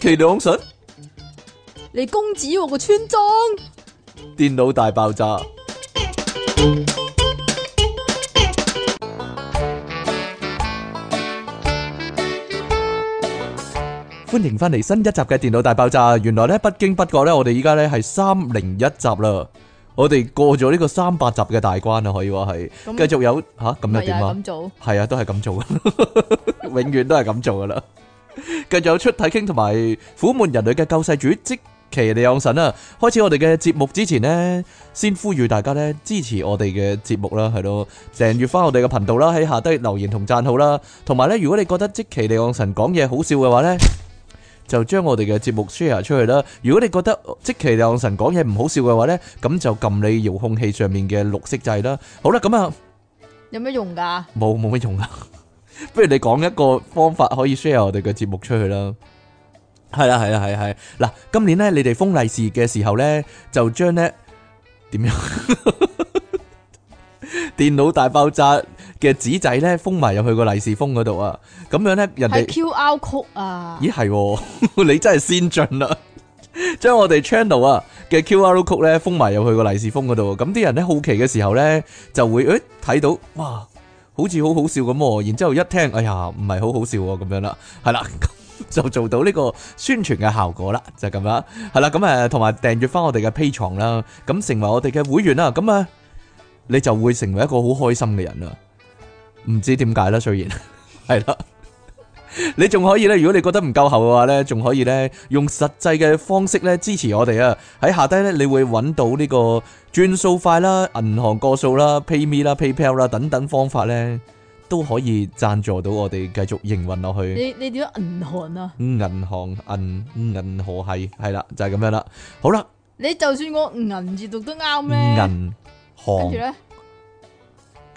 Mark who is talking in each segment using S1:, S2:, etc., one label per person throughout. S1: 四兩神，
S2: 你公子我個村莊，
S1: 電腦大爆炸。歡迎翻嚟新一集嘅電腦大爆炸。原來咧不經不覺咧，我哋依家咧係三零一集啦。我哋過咗呢個三百集嘅大關啦，可以話係。
S2: 咁
S1: 繼續有吓咁又
S2: 咪又
S1: 點
S2: 係
S1: 啊？
S2: 咁 做，
S1: 係啊，都係咁做噶，永遠都係咁做噶啦。繼續有出體傾同埋苦悶人類嘅救世主即其利昂神啊！開始我哋嘅節目之前呢，先呼籲大家呢支持我哋嘅節目啦，係咯，訂閱翻我哋嘅頻道啦，喺下低留言同讚好啦，同埋呢，如果你覺得即其利昂神講嘢好笑嘅話呢，就將我哋嘅節目 share 出去啦。如果你覺得即其利昂神講嘢唔好笑嘅話呢，咁就撳你遙控器上面嘅綠色掣啦。好啦，咁啊。
S2: 有咩用噶？
S1: 冇冇乜用啦。 不如你講一個方法可以 share 我哋嘅節目出去啦。係啦係啦係係嗱，今年咧你哋封利是嘅時候咧，就將咧點樣 電腦大爆炸嘅紙仔咧封埋入去個利是封嗰度啊。咁樣咧人
S2: 係
S1: 哋
S2: QR code 啊，
S1: 咦係喎， 你真係先進啦！ 將我哋 channel 啊嘅 QR code 咧封埋入去個利是封嗰度，咁啲人咧好奇嘅時候咧就會誒睇到，哇，好似好好笑咁喎，然之後一聽，哎呀，唔係好好笑喎，咁樣啦，係啦，就做到呢個宣傳嘅效果啦，就係咁啦，係啦，咁誒同埋訂閱翻我哋嘅 P 床啦，咁成為我哋嘅會員啦，咁啊你就會成為一個好開心嘅人啦，唔知點解啦，雖然 係啦。你仲可以咧，如果你覺得唔夠厚嘅話咧，仲可以咧用實際嘅方式咧支持我哋啊！喺下低咧，你會揾到呢個轉數快啦、銀行個數啦、PayMe 啦、PayPal 啦等等方法咧，都可以贊助到我哋繼續營運落去。
S2: 你你點樣銀行啊？
S1: 嗯銀行銀嗯銀河系係啦，就係、咁樣啦。好啦，
S2: 你就算我銀字讀得啱咧，
S1: 銀
S2: 跟住
S1: 行
S2: 咧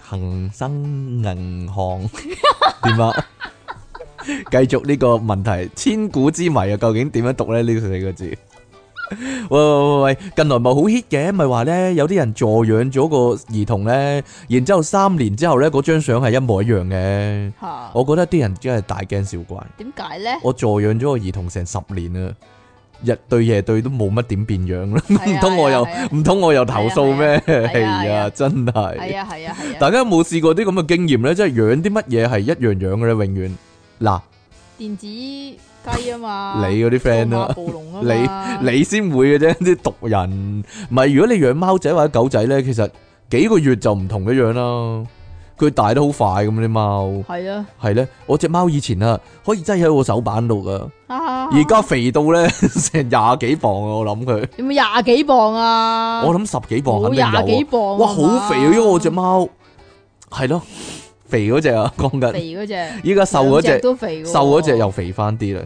S1: 恒生銀行 點啊？繼續呢個問題，千古之謎啊！究竟點樣讀咧？呢四個字？喂喂喂喂，近來咪好 hit 嘅，咪話咧有啲人助養咗個兒童咧，然之後三年之後咧，嗰張相係一模一樣嘅。
S2: 吓，
S1: 我覺得啲人真係大驚小怪。
S2: 點解 咧？
S1: 我助養咗個兒童成十年啦，日對夜對都冇乜點變樣啦，
S2: 係
S1: 唔
S2: 啊
S1: 通我又
S2: 係啊
S1: 唔通我又投訴咩？係
S2: 係啊係啊係
S1: 啊，
S2: 啊
S1: 真係
S2: 係。啊係啊係啊，
S1: 大家有冇試過啲咁嘅經驗咧？即係養啲乜嘢係一樣樣嘅咧？永遠嗱，
S2: 電子雞啊嘛，
S1: 你嗰啲 friend 啦
S2: 數碼，暴龍啊嘛，
S1: 你你先會嘅啫， 啲毒人。唔係，如果你養貓仔或者狗仔咧，其實幾個月就唔同嘅樣啦。佢大得好快咁啲貓，
S2: 係啊，
S1: 係咧。我只貓以前啊，可以擠喺我手板度噶，
S2: 啊
S1: 而家肥到咧 成廿幾磅啊！我諗佢，
S2: 有冇廿幾磅啊？
S1: 我諗十幾磅肯
S2: 冇
S1: 定有啊
S2: 廿幾磅啊嘛，
S1: 哇，好肥啊！因為我只貓係咯，肥嗰只啊，講緊
S2: 肥嗰只，
S1: 依家瘦嗰
S2: 兩
S1: 只。
S2: 都肥喎，
S1: 瘦嗰只又肥翻啲啦。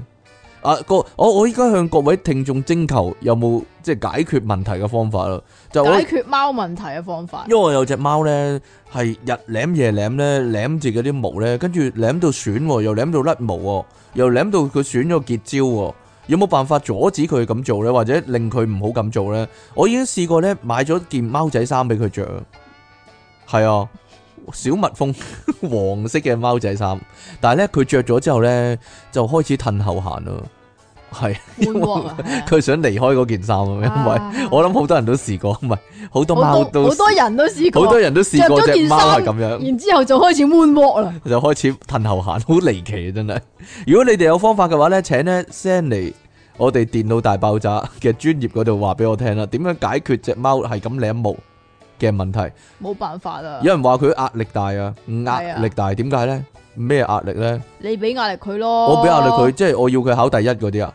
S1: 啊個我我依家向各位聽眾徵求有冇即係解決問題嘅方法啦。就我
S2: 解
S1: 因
S2: 決貓問題嘅方法，
S1: 為我有隻貓咧，係日舐夜舐咧，舐自己啲毛咧，跟住舐到損喎，又舐到甩毛喎，又舐到佢損咗結焦喎。有冇辦法阻止佢咁做咧，或者令佢唔好咁做咧？我已經試過咧，買咗件貓仔衫俾佢着，係啊，小蜜蜂 黃色嘅貓仔衫，但係咧佢着咗之後咧就開始褪後行咯，係
S2: 換鑊 啊，係啊
S1: 佢想離開嗰件衫啊，因為
S2: 啊
S1: 我諗好多人都試過，唔係好多
S2: 好
S1: 貓都
S2: 多好多人都試過，
S1: 好多人都試過
S2: 着咗
S1: 只
S2: 件
S1: 貓係
S2: 衫
S1: 咁樣。
S2: 然之後就開始 moonwalk 啦，
S1: 就開始褪後行，好離奇啊！真係。如果你哋有方法嘅話呢，請呢 send 嚟我哋電腦大爆炸嘅專業嗰度話俾我聽啦，點樣解決只貓係咁舐毛嘅問題？
S2: 冇辦法啦
S1: 有，人話佢壓力大啊，壓力大點解呢？咩壓力呢？
S2: 你俾壓力佢咯，
S1: 我俾壓力佢，，即係我要佢考第一嗰啲啊！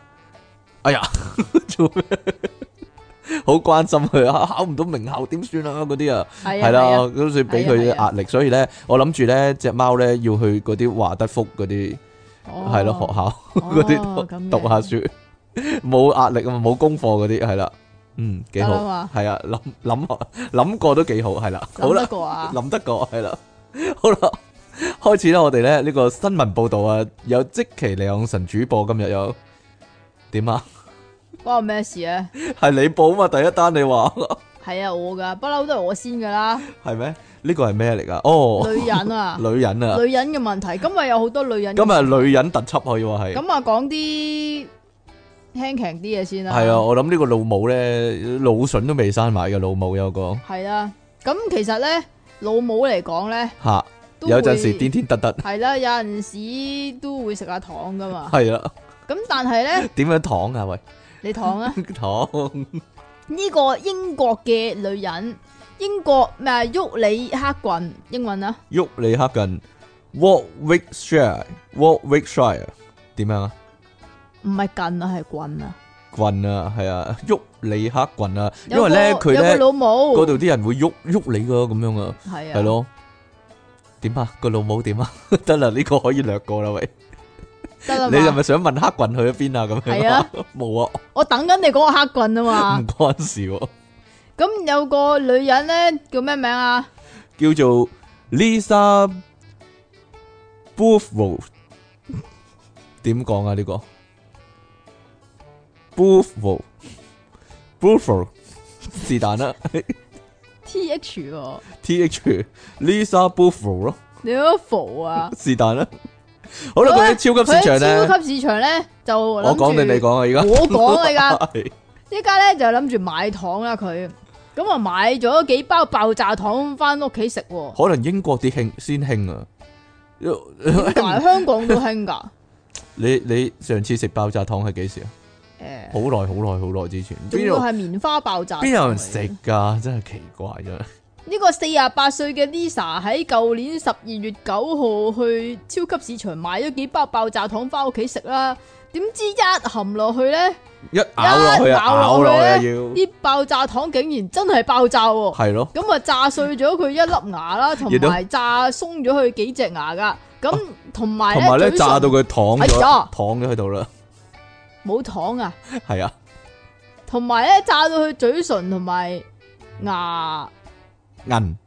S1: 哎呀， 做咩？好關心佢啊，考唔到名校點算啊？嗰啲啊！
S2: 係啊，
S1: 係啦
S2: 係啊，，
S1: 咁所以俾佢啲
S2: 係啊
S1: 壓力，所以咧，我諗住咧，只貓咧要去嗰啲華德福嗰啲
S2: 哦
S1: 係咯學校
S2: 哦
S1: 嗰啲
S2: 咁
S1: 讀讀
S2: 嘅
S1: 下書，冇壓力啊，冇功課嗰啲係啦，嗯，幾好
S2: 得啦嘛，
S1: 係啊，諗諗諗過都幾好，係啦，好
S2: 諗
S1: 啦
S2: 得，過啊，
S1: 諗得過係啦，好啦，開始啦，我哋咧呢個新聞報導啊，有即其利昂神主播今日有點啊？
S2: 關我咩事啊？
S1: 係你報嘛？第一單你話
S2: 係啊，我噶，不嬲都係我先噶啦，
S1: 係咩？呢個係咩嚟㗎？哦，
S2: 女人啊，
S1: 女人啊！
S2: 女人嘅問題，今日有好多女人嘅
S1: 今日女人特輯可以話係
S2: 咁啊，講啲輕強啲嘢先啦。
S1: 係啊，我諗呢個老母咧，腦筍都未生埋嘅老母有個
S2: 係啦。咁其實咧，老母嚟講咧，
S1: 吓，
S2: 都
S1: 有陣時
S2: 會
S1: 癲癲突 突，
S2: 係啦，有陣時都會食下糖噶嘛。
S1: 係啦，
S2: 咁但係咧，
S1: 點樣糖啊？喂，
S2: 你糖啊？
S1: 糖
S2: 呢個英國嘅女人，英國咩啊沃里克郡英文啊，
S1: 沃里克近 Warwickshire，Warwickshire 點樣啊？
S2: 唔係近啊，係郡啊。
S1: 棍啊，係 啊，沃里克棍啊，
S2: 有
S1: 因為咧
S2: 個
S1: 佢
S2: 有個
S1: 咧
S2: 老母
S1: 嗰度啲人會喐喐你噶咁樣啊。
S2: 係啊，
S1: 系咯。點啊？個老母點啊？ 得啦，呢個可以略過啦，喂。
S2: 得啦
S1: 你係
S2: 嘛。
S1: 咪想問黑棍去咗邊啊？咁樣
S2: 係啊，
S1: 冇啊，
S2: 我等緊你嗰個黑郡啊
S1: 唔
S2: 嘛。
S1: 關事喎。
S2: 咁有個女人咧叫咩名啊？
S1: 叫做 Lisa Boothroyd，點講啊？呢個 Boothroyd，Boothroyd 是但啦
S2: T H 喎，
S1: ，T H Lisa Boothroyd 咯，
S2: 你嗰個浮啊！
S1: 是但啦。好啦，佢喺超級市場
S2: 佢喺
S1: 咧，
S2: 超級市場咧就
S1: 我講定你講
S2: 講，
S1: 啊？而家
S2: 我講啊而家。
S1: 係
S2: 依家咧就諗住買糖啦佢，咁啊買咗幾包爆炸糖翻屋企食喎，
S1: 可能英國啲興先興啊。
S2: 同埋香港都興㗎。
S1: 你你上次食爆炸糖係幾時啊？
S2: 诶，
S1: 好耐好耐好耐之前，
S2: 仲
S1: 邊
S2: 要
S1: 度
S2: 係棉花爆炸糖嚟
S1: 邊
S2: 嘅。
S1: 有人食㗎？真係奇怪啫！
S2: 呢個四廿八歲嘅 Lisa 喺舊年十二月九號去超級市場買咗幾包爆炸糖翻屋企食啦，點知一含落去咧，
S1: 一咬落去啊，
S2: 一
S1: 咬
S2: 咬
S1: 落
S2: 落
S1: 去
S2: 去
S1: 啊，
S2: 呢
S1: 要
S2: 啲爆炸糖竟然真係爆炸喎！
S1: 係咯，
S2: 咁啊炸碎咗佢一粒 牙啦，同
S1: 亦都啊
S2: 埋炸鬆咗佢幾隻牙噶。咁同埋
S1: 同埋咧
S2: 嘴唇
S1: 炸到佢躺
S2: 哎
S1: 咗，
S2: 呀
S1: 躺咗喺度啦，
S2: 冇糖啊，
S1: 係啊，
S2: 同埋咧炸到佢嘴唇同埋牙
S1: 銀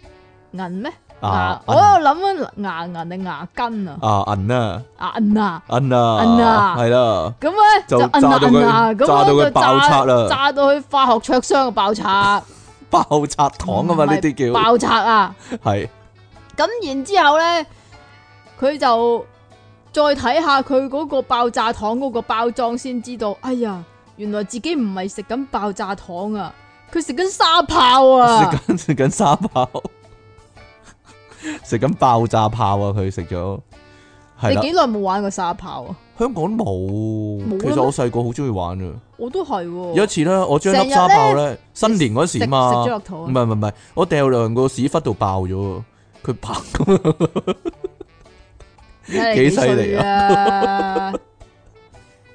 S2: 齦咩？牙
S1: 啊，
S2: 我喺度諗緊牙齦定牙根啊？
S1: 啊銀啊
S2: 牙齦啊！
S1: 銀啊
S2: 銀啊
S1: 係啦，
S2: 咁咧
S1: 就
S2: 就
S1: 炸到佢
S2: 摁啊摁啊咁
S1: 炸到佢
S2: 樣就
S1: 爆拆啦
S2: 炸到佢化學灼傷爆拆，
S1: 爆炸糖啊嘛，
S2: 唔係
S1: 呢啲叫
S2: 爆拆啊！
S1: 係
S2: 咁然之後咧，佢就再睇下佢嗰個爆炸糖嗰個包裝先知道，哎呀，原來自己唔係食緊爆炸糖啊，佢食緊沙炮啊！
S1: 食緊食緊沙炮，食緊爆炸炮啊！佢食咗係
S2: 你
S1: 啦，
S2: 幾耐冇玩過沙炮啊？
S1: 香港
S2: 冇啊
S1: 冇，
S2: 啦
S1: 其實我細個好中意玩啊。
S2: 我都係
S1: 有一
S2: 喎，
S1: 次咧，我將粒
S2: 成日
S1: 沙炮
S2: 呢
S1: 咧，新年嗰
S2: 食
S1: 時
S2: 食
S1: 嘛，
S2: 咗落
S1: 唔
S2: 肚啊！
S1: 係唔係唔係，我掉落個屎忽度爆咗喎，佢爆咁樣，
S2: 睇
S1: 幾
S2: 你
S1: 犀利
S2: 啊！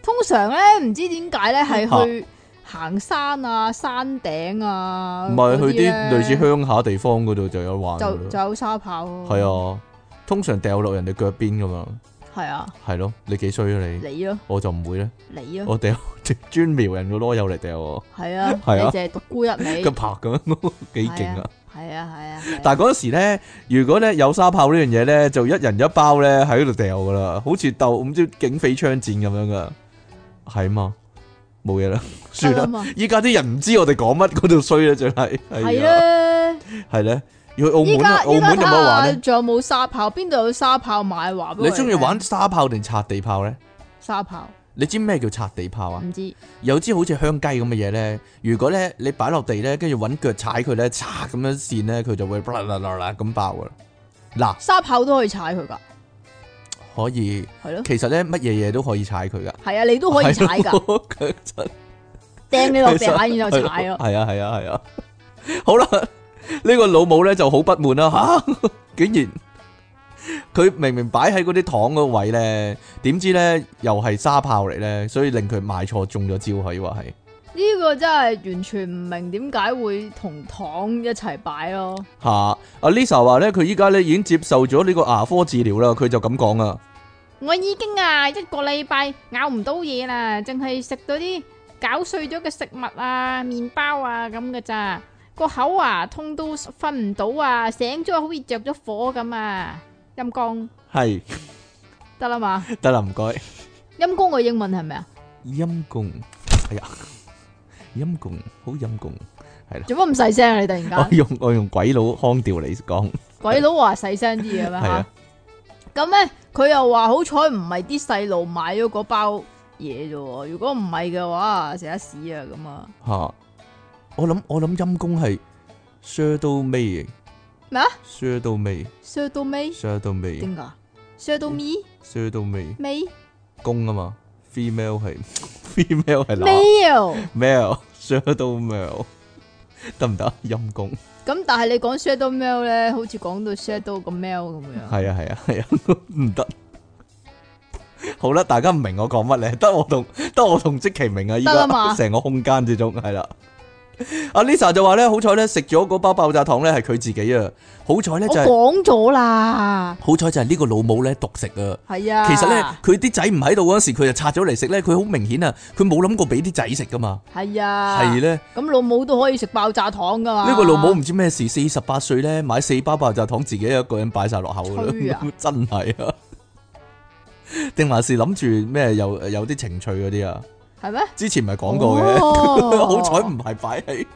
S2: 通常咧，唔知點解咧，係
S1: 嚇
S2: 去行山啊、山頂啊，
S1: 唔係去
S2: 嗰
S1: 啲
S2: 呢
S1: 類似鄉下地方嗰度就有玩㗎
S2: 就就
S1: 啦。
S2: 有沙炮咯。
S1: 係啊，通常掉落人哋腳邊㗎嘛，
S2: 係啊，
S1: 係咯，你幾衰啊你？
S2: 你咯，
S1: 我就唔會咧，
S2: 你咯，
S1: 我掉 專瞄人個籮柚嚟掉喎，
S2: 係啊，
S1: 係啊
S2: 你淨係獨孤一味
S1: 咁。拍咁樣幾勁
S2: 係
S1: 啊！
S2: 係啊係啊，係啊
S1: 但係嗰時咧，如果咧有沙炮呢樣嘢咧，就一人一包咧喺度掉㗎啦，好似鬥唔知警匪槍戰咁樣㗎，係嘛？冇嘢啦，算
S2: 得
S1: 啦
S2: 啦。嘛，
S1: 依家啲人唔知我哋講乜嗰度衰啦，真係
S2: 係
S1: 係啊，
S2: 啦。
S1: 係咧，要去澳
S2: 依
S1: 門啊，
S2: 家
S1: 澳
S2: 依
S1: 門
S2: 家
S1: 有
S2: 啊
S1: 冇得玩
S2: 睇下
S1: 咧？
S2: 仲有冇沙炮？邊度有沙炮買話俾我
S1: 你
S2: 哋
S1: 中意玩
S2: 聽
S1: 沙炮定擦地炮咧？
S2: 沙炮？
S1: 你知咩叫擦地炮啊？
S2: 唔知
S1: 有支好似香雞咁嘅嘢咧，如果咧你擺落地咧，跟住揾腳踩佢咧，擦咁樣線咧，佢就會啦啦啦啦咁爆噶啦。
S2: 沙炮都可以踩佢㗎，
S1: 嗱，可以，
S2: 係咯，
S1: 其實咧乜嘢嘢都可以踩佢噶，
S2: 係啊，你都可以踩㗎，
S1: 係咯。佢真
S2: 掟你落地下然後踩咯。
S1: 係啊係啊係 啊。好啦，呢個老母咧就好不滿啦吓， 竟然佢明明擺喺嗰啲糖嗰位咧，點知咧又係沙炮嚟咧，所以令佢買錯中咗招，可以話係
S2: 呢個真係完全唔明點解會同糖一齊擺咯。
S1: 吓。阿 Lisa 話咧，佢依家咧已經接受咗呢個牙科治療啦，佢就咁講啊，
S2: 我已經啊一個禮拜咬唔到嘢啦，淨係食到啲搞碎咗嘅食物啊、麵包啊咁嘅咋。個口啊痛到瞓唔到啊，醒咗好似着咗火咁啊！陰公
S1: 係
S2: 得啦嘛，
S1: 得啦，唔該，
S2: 陰公嘅英文係咪啊？
S1: 陰公，哎呀，陰公，好陰公，
S2: 做乜咁細聲啊？你突然
S1: 我
S2: 間
S1: 用我用鬼佬腔調嚟講，
S2: 鬼佬話細聲啲嘢咩
S1: 係啊
S2: 嚇？咁咧佢又話好彩唔係啲細路買咗嗰包嘢啫喎。如果唔係嘅話，食得屎啊咁啊。
S1: 吓、我諗我諗陰公係 shadow 尾
S2: 咩啊
S1: ？shadow 尾
S2: s h a d o w me
S1: shadow 尾
S2: 點噶 s
S1: 嗯
S2: h a d o w me
S1: shadow 尾
S2: 尾
S1: 公啊嘛，female 係 female 係乸
S2: male。
S1: male shadow male 得唔得？陰公
S2: 咁但係你講 shadow male 咧，好似講到 shadow 個 male 咁樣。
S1: 係啊係啊係啊，唔得。好啦，大家唔明我講乜咧，得我同得我同即其明啊，依
S2: 得啦
S1: 家
S2: 嘛
S1: 成個空間之中係啦。阿 À, Lisa 就話咧，好彩咧食咗嗰包爆炸糖咧係佢自己啊，好彩咧
S2: 我
S1: 就係、
S2: 講咗啦，
S1: 好彩就係呢個老母咧獨食啊。
S2: 係啊。
S1: 其實咧，佢啲仔唔喺度嗰陣時，佢就拆咗嚟食咧。佢好明顯啊，佢冇諗過俾啲仔食噶嘛。
S2: 係啊，
S1: 係咧，
S2: 咁老母都可以食爆炸糖噶嘛？
S1: 呢個老母唔知咩事，四十八歲咧買四包爆炸糖，自己一個人擺晒落口
S2: 吹
S1: 啦
S2: 啊，
S1: 真係啊！定還是諗住咩有有啲情趣嗰啲啊？
S2: 係咩？
S1: 之前咪講過嘅，好
S2: 哦
S1: 彩唔係擺喺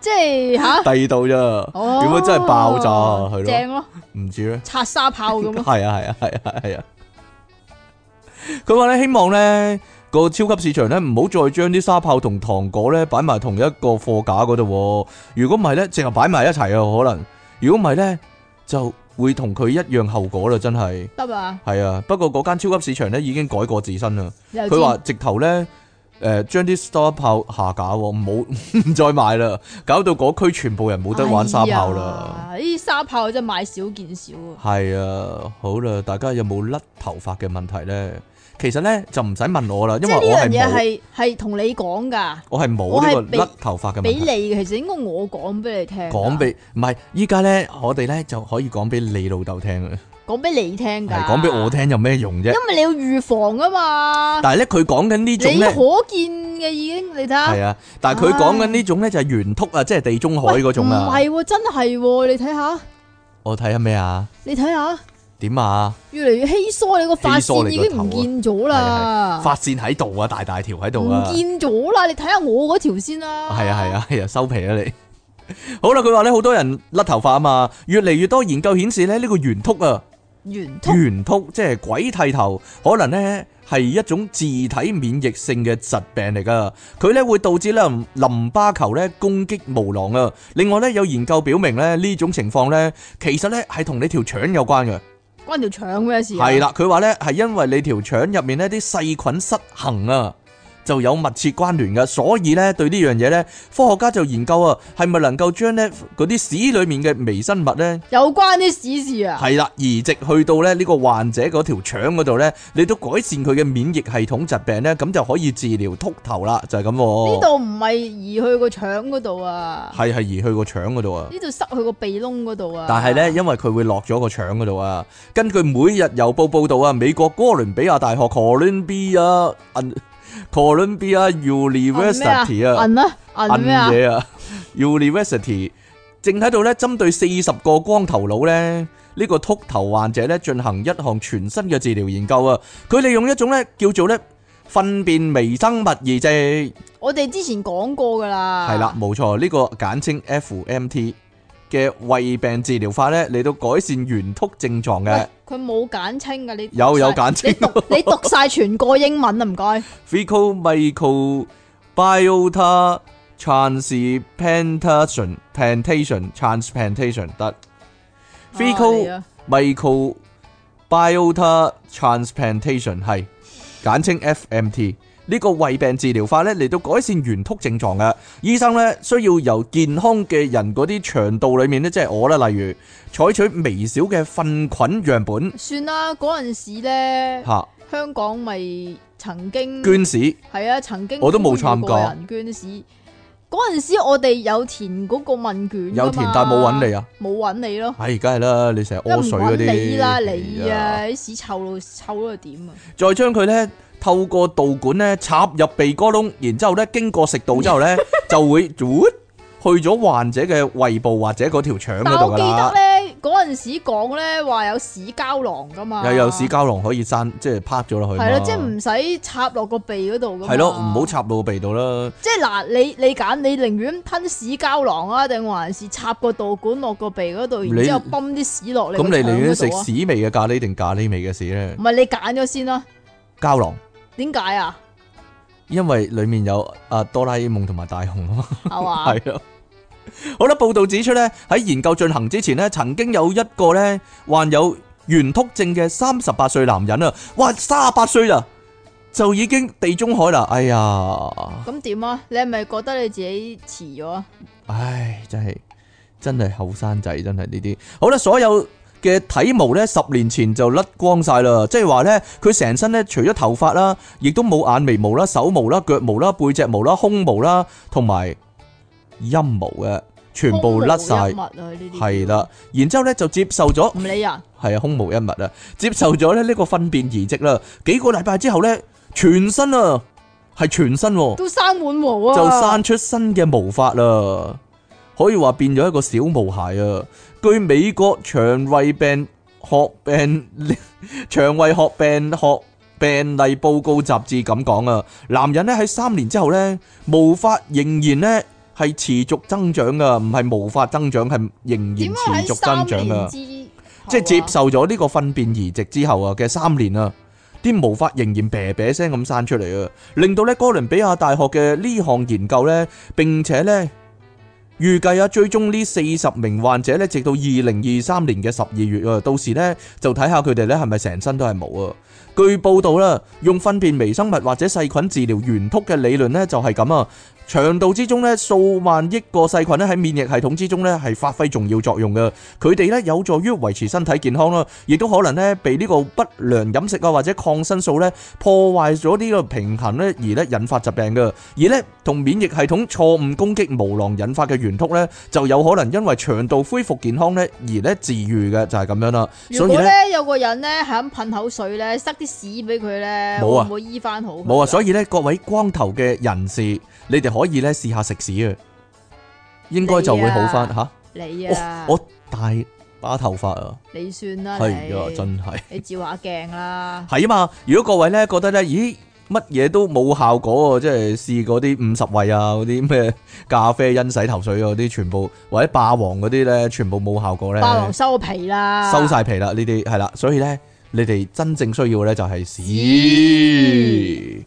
S2: 即係吓，
S1: 第二度咋，
S2: 哦
S1: 如果真係爆炸啊係咯，
S2: 正咯，
S1: 唔知咧。
S2: 擦沙炮 咁咯，
S1: 系啊系啊系啊系啊。佢話咧，希望咧個超級市場咧唔好再將啲沙炮同糖果咧擺埋同一個貨架嗰度喎。如果唔係咧，淨係擺埋一齊啊，可能。如果唔係咧，就會同佢一樣後果啦，真係。
S2: 得啊，
S1: 係啊，不過嗰間超級市場咧已經改過自身啦。
S2: 又
S1: 佢話
S2: 知
S1: 直頭咧。誒將啲沙炮下架喎，唔好唔再買啦，搞到嗰區全部人冇得玩沙炮啦。
S2: 哎呀呢啲沙炮真係買少見少啊，
S1: 系啊，好啦，大家有冇甩頭髮嘅問題咧？其實咧就唔使問我啦，因
S2: 即
S1: 為
S2: 係
S1: 我
S2: 呢
S1: 係
S2: 樣嘢
S1: 冇，
S2: 係係同你講噶，
S1: 我係冇
S2: 我係
S1: 呢個
S2: 俾
S1: 甩頭髮嘅
S2: 俾
S1: 問
S2: 你啊
S1: 題。
S2: 嘅，其實應該我講俾你聽㗎，
S1: 講俾唔係，依家咧我哋咧就可以講俾你老豆聽啦，
S2: 講俾你聽
S1: 係
S2: 㗎，
S1: 講俾我，聽有咩用啫？
S2: 啊因為你要預防啊嘛，
S1: 但係咧佢講緊呢種
S2: 你
S1: 咧
S2: 可見嘅已經你睇下
S1: 係。啊，但係佢講緊呢種咧就係圓禿啊，即係地中海
S2: 喂
S1: 嗰種
S2: 唔
S1: 啊。
S2: 係喎，真係喎，你睇下，
S1: 我睇下咩啊？
S2: 你睇下，
S1: 點啊？
S2: 越嚟越稀疏，你個髮
S1: 稀疏
S2: 線
S1: 你
S2: 已
S1: 個
S2: 經唔
S1: 頭啊
S2: 見咗
S1: 係啊
S2: 啦
S1: 係，髮線喺度啊，大大條喺度
S2: 唔
S1: 啊。
S2: 見咗啦，你睇下我嗰條先啦，
S1: 系啊系，啊系啊，收皮啦你。 好啦，佢話咧好多人甩頭髮啊嘛，越嚟越多研究顯示咧呢個圓秃啊，
S2: 圓通
S1: 圓秃即係鬼剃頭，可能咧係一種自體免疫性嘅疾病嚟噶。佢咧會導致咧淋巴球咧攻擊毛囊啊。另外咧有研究表明咧呢種情況咧其實咧係同你條腸有關嘅。
S2: 關條腸咩事啊？
S1: 係，啦，佢話咧係因為你條腸入面呢啲細菌失衡啊，就有密切關聯嘅，所以咧對呢樣嘢咧，科學家就研究啊，係咪能夠將咧嗰啲屎裡面嘅微生物咧，
S2: 有關啲屎事啊，
S1: 係啦移植去到咧呢個患者嗰條腸嗰度咧，你都改善佢嘅免疫系統疾病咧，咁就可以治療秃頭啦，就係咁
S2: 呢
S1: 喎。
S2: 度唔係移去個腸嗰度啊，
S1: 係係移去個腸嗰度啊。
S2: 呢度塞去個鼻窿嗰度啊，
S1: 但係咧，因為佢會落咗個腸嗰度啊。根據每日郵報報導啊，美國哥倫比亞大學 Columbia Columbia
S2: 銀咩啊
S1: University 啊，
S2: 銀啊，銀咩啊？
S1: 嘢啊，University 正喺度咧針對四十個光頭佬咧。呢個秃頭患者咧進行一項全新嘅治療研究啊！佢利用一種咧叫做咧糞便微生物移植。
S2: 我哋之前講過噶啦，
S1: 系啦，，冇錯，呢、個簡稱 FMT 嘅胃病治療法咧，嚟到改善圓秃症狀嘅
S2: 喂，佢冇簡稱噶，你讀
S1: 有有
S2: 晒
S1: 簡稱
S2: 你讀你讀晒全個英文啊，唔該。
S1: f e c a l m i c r o b i o t a transplantation plantation transplantation 得 f e c a l
S2: 啊你啊
S1: m i c r o b i o t a transplantation 係簡稱 FMT。呢個胃病治療法咧嚟到改善圓禿症狀嘅，醫生咧需要由健康嘅人嗰啲腸道裡面咧，即係我啦，例如採取微小嘅糞菌樣本
S2: 算啦，嗰陣時咧，
S1: 嚇
S2: 香港咪曾經
S1: 捐屎，
S2: 係啊，曾經
S1: 我都冇
S2: 參
S1: 參加
S2: 人捐屎。嗰陣時我哋有填嗰個問卷㗎嘛，
S1: 有田但冇揾你啊！
S2: 冇揾你咯，
S1: 唉，梗係啦，你成日
S2: 梗
S1: 屙
S2: 唔
S1: 水
S2: 揾
S1: 嗰啲，
S2: 你啦，你
S1: 係
S2: 啊，！啲屎臭到臭到點啊！
S1: 再將佢咧透過導管咧插入鼻哥窿，然之後咧經過食道之後 咧就會嗚去咗患者嘅胃部或者嗰條腸
S2: 但
S1: 嗰度
S2: 我
S1: 噶
S2: 記得
S1: 啦。
S2: 咧，嗰陣時講咧話有屎膠囊噶嘛，
S1: 又有屎膠囊可以生，即係拍咗落去嘛。
S2: 啊係咯，即係唔使插落個鼻嗰度噶。
S1: 係咯，唔好。插到個鼻度啦。
S2: 即係嗱，你你揀，你寧願吞屎膠囊啊，定還是插個導管落個鼻嗰度，
S1: 你
S2: 然之後泵啲屎落
S1: 咁
S2: 個
S1: 你寧願
S2: 腸
S1: 食
S2: 嗰度啊
S1: 屎味嘅咖喱定咖喱味嘅屎咧
S2: 唔？係你揀咗先啦，
S1: 膠囊
S2: 點解啊？
S1: 因為里面有啊哆啦 A 夢同埋大雄啊嘛。
S2: 係嘛？
S1: 系咯。好啦，報道指出咧，喺研究進行之前咧，曾經有一個咧患有圓秃症嘅三十八歲男人啊，哇，三十八歲啦，就已經地中海啦，哎呀，
S2: 咁點啊？你係咪覺得你自己遲咗啊？
S1: 唉，真係真係後生仔，真係呢啲。好啦，所有嘅體毛咧，十年前就甩光晒啦，即係話咧，佢成身咧除咗頭髮啦，亦都冇眼眉毛啦、手毛啦、腳毛啦、背脊毛啦、胸毛啦，同埋陰毛嘅，全部甩晒。
S2: 空無一物啊！呢啲
S1: 係啦，然之後咧就接受咗
S2: 唔理人，
S1: 係啊，空無一物啊，接受咗咧呢個分辨移植啦。幾個禮拜之後咧，全身啊係全身、喎，
S2: 都生滿毛啊！
S1: 就生出新嘅毛髮啦，可以話變咗一個小毛孩啊。據美國腸胃病學病 腸胃學病學病例報告雜誌咁講啊，男人咧喺三年之後咧，毛髮仍然咧。係持續增長噶，唔係毛髮增長，係仍然
S2: 點解喺
S1: 持續增
S2: 三
S1: 長噶
S2: 年。之後啊
S1: 即係接受咗呢個糞便移植之後啊嘅三年啊，啲毛髮仍然啤啤聲咁生出嚟啊，令到咧哥倫比亞大學嘅呢項研究咧，並且咧預計啊追蹤呢四十名患者咧，直到二零二三年嘅十二月啊，到時咧就睇下佢哋咧係咪成身都係毛啊。據報道啦，用糞便微生物或者細菌治療圓禿嘅理論咧就係咁啊。腸道之中咧，數萬億個細菌咧喺免疫系統之中咧係發揮重要作用嘅。佢哋咧有助於維持身體健康啦，亦都可能咧被呢個不良飲食啊或者抗生素咧破壞咗呢個平衡咧，而咧引發疾病嘅。而咧同免疫系統錯誤攻擊毛囊引發嘅圓禿咧，就有可能因為腸道恢復健康咧而咧治愈嘅，就係、咁樣啦。
S2: 如
S1: 所以
S2: 果
S1: 咧。
S2: 咧有個人咧係咁噴口水咧，塞啲屎俾佢咧，
S1: 冇啊
S2: 會唔會醫翻好佢㗎？
S1: 冇啊，所以咧，各位光頭嘅人士，你哋可以咧試下食屎啊，應該就會好翻吓、
S2: 你啊，
S1: 我我大把頭髮啊，
S2: 你算啦，你
S1: 係啊，真係
S2: 你照下鏡啦，
S1: 係啊嘛。如果各位咧覺得咧，咦乜嘢都冇效果啊，即係試嗰啲五十位啊，嗰啲咩咖啡因洗頭水啊嗰啲，全部或者霸王嗰啲咧，全部冇效果咧，
S2: 霸王啊收皮啦，
S1: 收晒皮啦，呢啲係啦，所以咧，你哋真正需要咧就係屎
S2: 屎，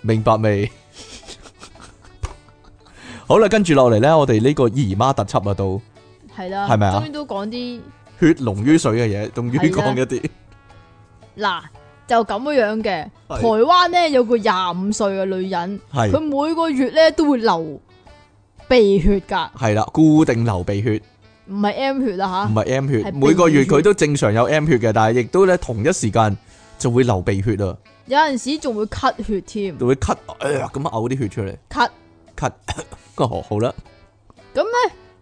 S1: 明白未？ 好啦，跟住落嚟咧，我哋呢個姨媽特輯啊，到
S2: 係啦，
S1: 係咪啊
S2: 終於都講啲
S1: 血濃於水嘅嘢，仲要
S2: 係啊
S1: 講一啲
S2: 嗱就咁樣樣嘅。台
S1: 係
S2: 灣咧有個廿五歲嘅女人，佢
S1: 係
S2: 每個月咧都會流鼻血㗎，
S1: 係啦，固定流鼻血，
S2: 唔係 M 血啊
S1: 唔係 M 血，
S2: 係
S1: 每個月
S2: 鼻血
S1: 佢都正常有 M 血嘅，但係亦都咧同一時間就會流鼻血啊，
S2: 吓，有陣時仲會咳血添，
S1: 就會咳呃咁嘔啲血出嚟，
S2: 咳。
S1: 咳 哦好啦，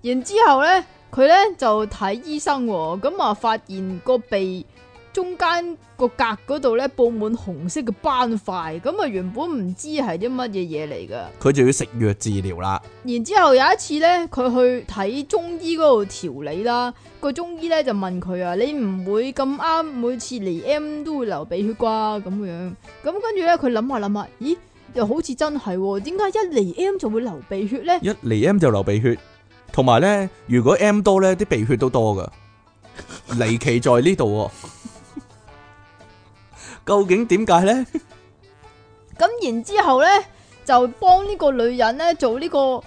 S2: 然之后咧，佢咧就睇醫生、喎，咁啊發現個鼻中間個格嗰度咧布滿紅色嘅斑塊，咁啊原本唔知係啲乜嘢嘢嚟噶。
S1: 佢就要食藥治療啦。
S2: 然之後有一次咧，佢去睇中醫嗰度調理啦，個中醫咧就問佢啊：你唔會咁啱每次嚟 M 都會流鼻血啩咁樣？咁跟住咧，佢諗下諗下，咦，又好似真係喎，點解一嚟 M 就會流鼻血咧？
S1: 一嚟 M 就流鼻血，同埋咧，如果 M 多咧，啲鼻血都多噶。離奇在呢度喎， 究竟點解咧？
S2: 咁然之後咧，就幫呢個女人咧做呢個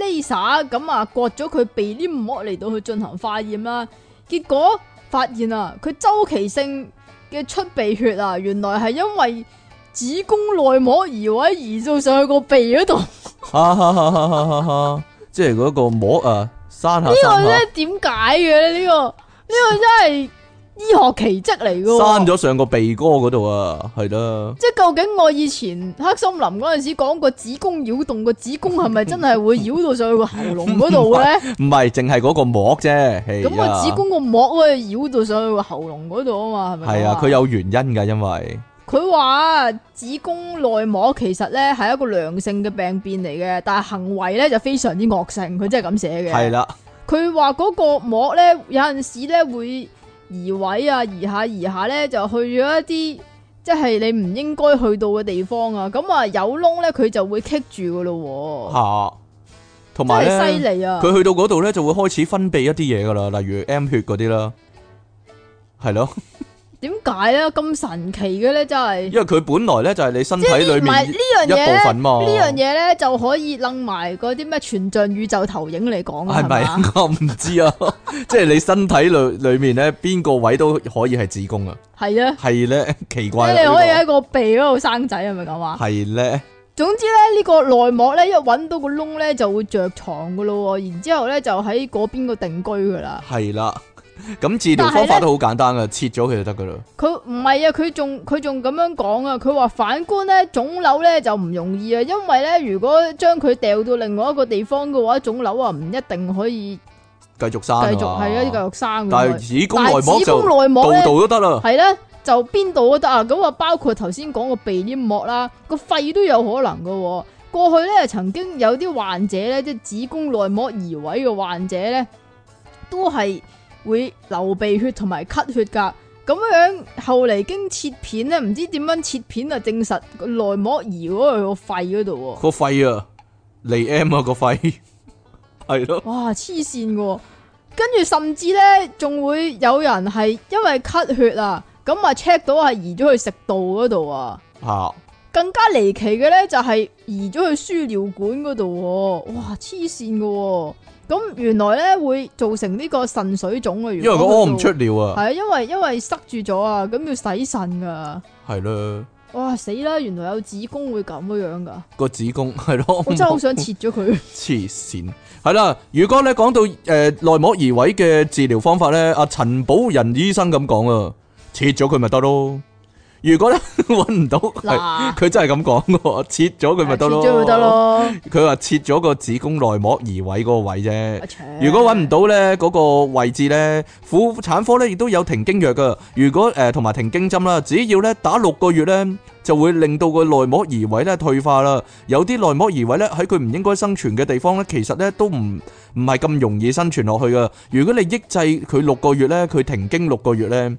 S2: laser，咁啊割咗佢鼻黏膜嚟到去進行化驗啦。結果發現啊，佢周期性嘅出鼻血啊，原來係因為子宮內膜移位移到上去個鼻嗰度。
S1: 哈哈哈哈哈哈哈！即係嗰個膜啊，生下
S2: 呢個
S1: 生下，
S2: 咧點解嘅咧？呢、個呢、個真係醫學奇蹟嚟噶。
S1: 生咗上個鼻哥嗰度啊，係啦，
S2: 即系究竟我以前黑森林嗰阵时讲个子宮擾動，個子宮係咪真係會擾到上去個喉嚨嗰度咧？
S1: 唔係淨係嗰個膜啫，係
S2: 咁個
S1: 啊
S2: 子宮個膜可以擾到上去個喉嚨嗰度啊嘛，係咪？
S1: 係啊，佢有原因㗎，因為
S2: 佢話子宮內膜其實咧係一個良性嘅病變嚟嘅，但係行為咧就非常之惡性，佢真係咁寫嘅。
S1: 係啦，
S2: 佢話嗰個膜咧，有陣時咧會移位啊，移下移下咧就去咗一啲即係你唔應該去到嘅地方啊。咁啊有窿咧，佢就會棘住噶咯
S1: 吓，同埋
S2: 喎，哦真係犀
S1: 咧，
S2: 利啊！
S1: 佢去到嗰度 咧就會開始分泌一啲嘢㗎啦，例如 M 血嗰啲啦，係咯。
S2: 點解咧？咁神奇嘅咧，真係
S1: 因為佢本來咧就係你身
S2: 即
S1: 體
S2: 係
S1: 裏
S2: 連埋
S1: 面
S2: 呢
S1: 一
S2: 樣嘢
S1: 部
S2: 咧，
S1: 分
S2: 呢
S1: 嘛。
S2: 樣嘢咧就可以楞埋嗰啲咩全像宇宙投影嚟講啊，
S1: 係
S2: 係
S1: 咪啊
S2: 咪？？
S1: 我唔知啊，即係你身體裏裏面咧，邊個位都可以係子宮啊？
S2: 係啊，
S1: 係咧，奇
S2: 即
S1: 怪
S2: 係
S1: 啦。
S2: 你可以
S1: 呢
S2: 喺個鼻嗰度生仔，係咪咁
S1: 個
S2: 啊？
S1: 係咧，
S2: 總之咧，呢個內膜咧一揾到個窿咧就會着床噶咯喎，然之後咧就喺嗰邊個定居噶啦。
S1: 係啦。咁治療方
S2: 但係
S1: 法
S2: 呢
S1: 都好簡單噶，切咗佢就得噶啦。
S2: 佢唔係啊，佢仲佢仲咁樣講啊，佢話反觀咧腫瘤咧就唔容易啊，因為咧如果將佢掉到另外一個地方嘅話，腫瘤啊唔一定可以
S1: 繼續生
S2: 繼
S1: 啊。
S2: 續係啊繼續生㗎
S1: 但係
S2: 嘛
S1: 子宮內膜
S2: 但係子
S1: 就
S2: 宮內膜
S1: 度
S2: 咧
S1: 度都得啦。
S2: 係咧就邊度都得啊，咁啊包括頭先講個鼻黏膜啦，個肺都有可能噶、喎。過去咧曾經有啲患者咧，即係子宮內膜移位嘅患者咧，都係會流鼻血同埋咳血噶。咁樣後嚟經切片咧，唔知點樣切片啊，證實個內膜移咗去個肺嗰度喎。
S1: 個肺啊，嚟 M 啊個肺， 係咯，
S2: 哇，黐線嘅喎！跟住甚至咧，仲會有人係因為咳血啊，咁啊 check 到係移咗去食道嗰度啊。
S1: 吓
S2: 更加離奇嘅咧，就係移咗去輸尿管嗰度喎，哇，黐線嘅喎！咁原來咧會造成呢個腎水腫嘅，
S1: 因為佢屙唔出
S2: 係
S1: 尿啊，
S2: 啊，因為因為塞住咗啊，咁要洗腎噶，
S1: 係啦，
S2: 哇死啦！原來有子宮會咁樣噶，
S1: 個子宮 係咯，
S2: 我真係好想切咗佢。
S1: 黐線，係啦。如果咧講到誒內膜移位嘅治療方法咧，阿陳寶仁醫生咁講啊，切咗佢咪得咯。如 果咧揾唔到， 係
S2: 嗱，
S1: 佢真係咁講喎，切咗佢咪得咯。
S2: 切咗咪得。咯。
S1: 佢話切咗個子宮內膜移位嗰個位啫。
S2: 啊切
S1: 如果揾唔到咧嗰個位置咧，婦產科咧亦都有停經藥噶。如果誒同埋停經針啦，只要咧打六個月咧，就會令到個內膜移位咧退化啦。有啲內膜移位咧喺佢唔應該生存嘅地方咧，其實咧都唔唔係咁容易生存落去噶。如果你抑制佢六個月咧，佢停經六個月咧，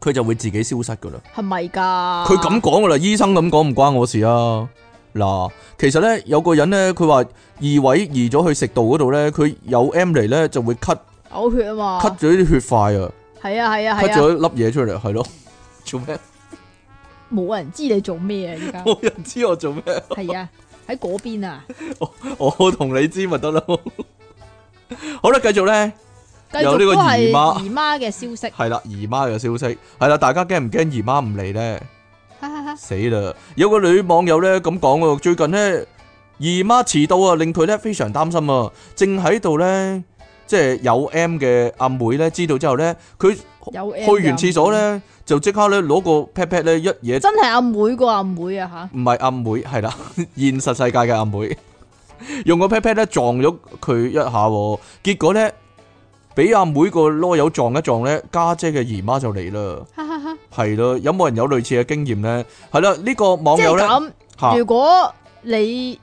S1: 佢就會自己消失噶啦。
S2: 係咪噶？
S1: 佢咁講噶啦，醫生咁講唔關我事啊。嗱，其實咧有個人咧，佢話移位移咗去食道嗰度咧，佢有 M 嚟咧就會咳
S2: 嘔血啊嘛，
S1: 咳咗啲血塊啊，
S2: 係啊係啊啊
S1: 咳
S2: 係啊，
S1: 咗一粒嘢出嚟，係咯， 做咩？
S2: 冇人知你做咩啊！而家
S1: 冇人知我做咩，
S2: 係啊，喺嗰邊啊，
S1: 我同你知咪得咯。 好啦，繼續咧，
S2: 繼
S1: 有
S2: 續
S1: 呢個
S2: 都係
S1: 姨媽
S2: 姨媽嘅消息。
S1: 係啦，姨媽嘅消息，係啦，大家驚唔驚姨媽唔嚟咧？
S2: 哈哈哈
S1: 死啦！有個女網友咧咁講喎，最近呢，姨媽遲到啊，令佢咧非常擔心啊，正喺度咧，即係有 M 嘅阿妹咧知道之後咧，佢
S2: 有 M
S1: 去完廁所咧就即刻咧攞個 pat pat 咧一嘢，
S2: 真係阿妹個阿妹啊
S1: 唔係阿妹係啦， 現實世界嘅阿妹，用個 pat pat 咧撞咗佢一下喎，結果咧俾阿妹個啰柚撞一撞咧，家姐嘅姨媽就嚟啦，
S2: 吓，哈哈哈
S1: 係咯，有冇人有類似嘅經驗咧？係啦，呢啊個網
S2: 即
S1: 友
S2: 係
S1: 咧
S2: 咁。
S1: 嚇
S2: 如果你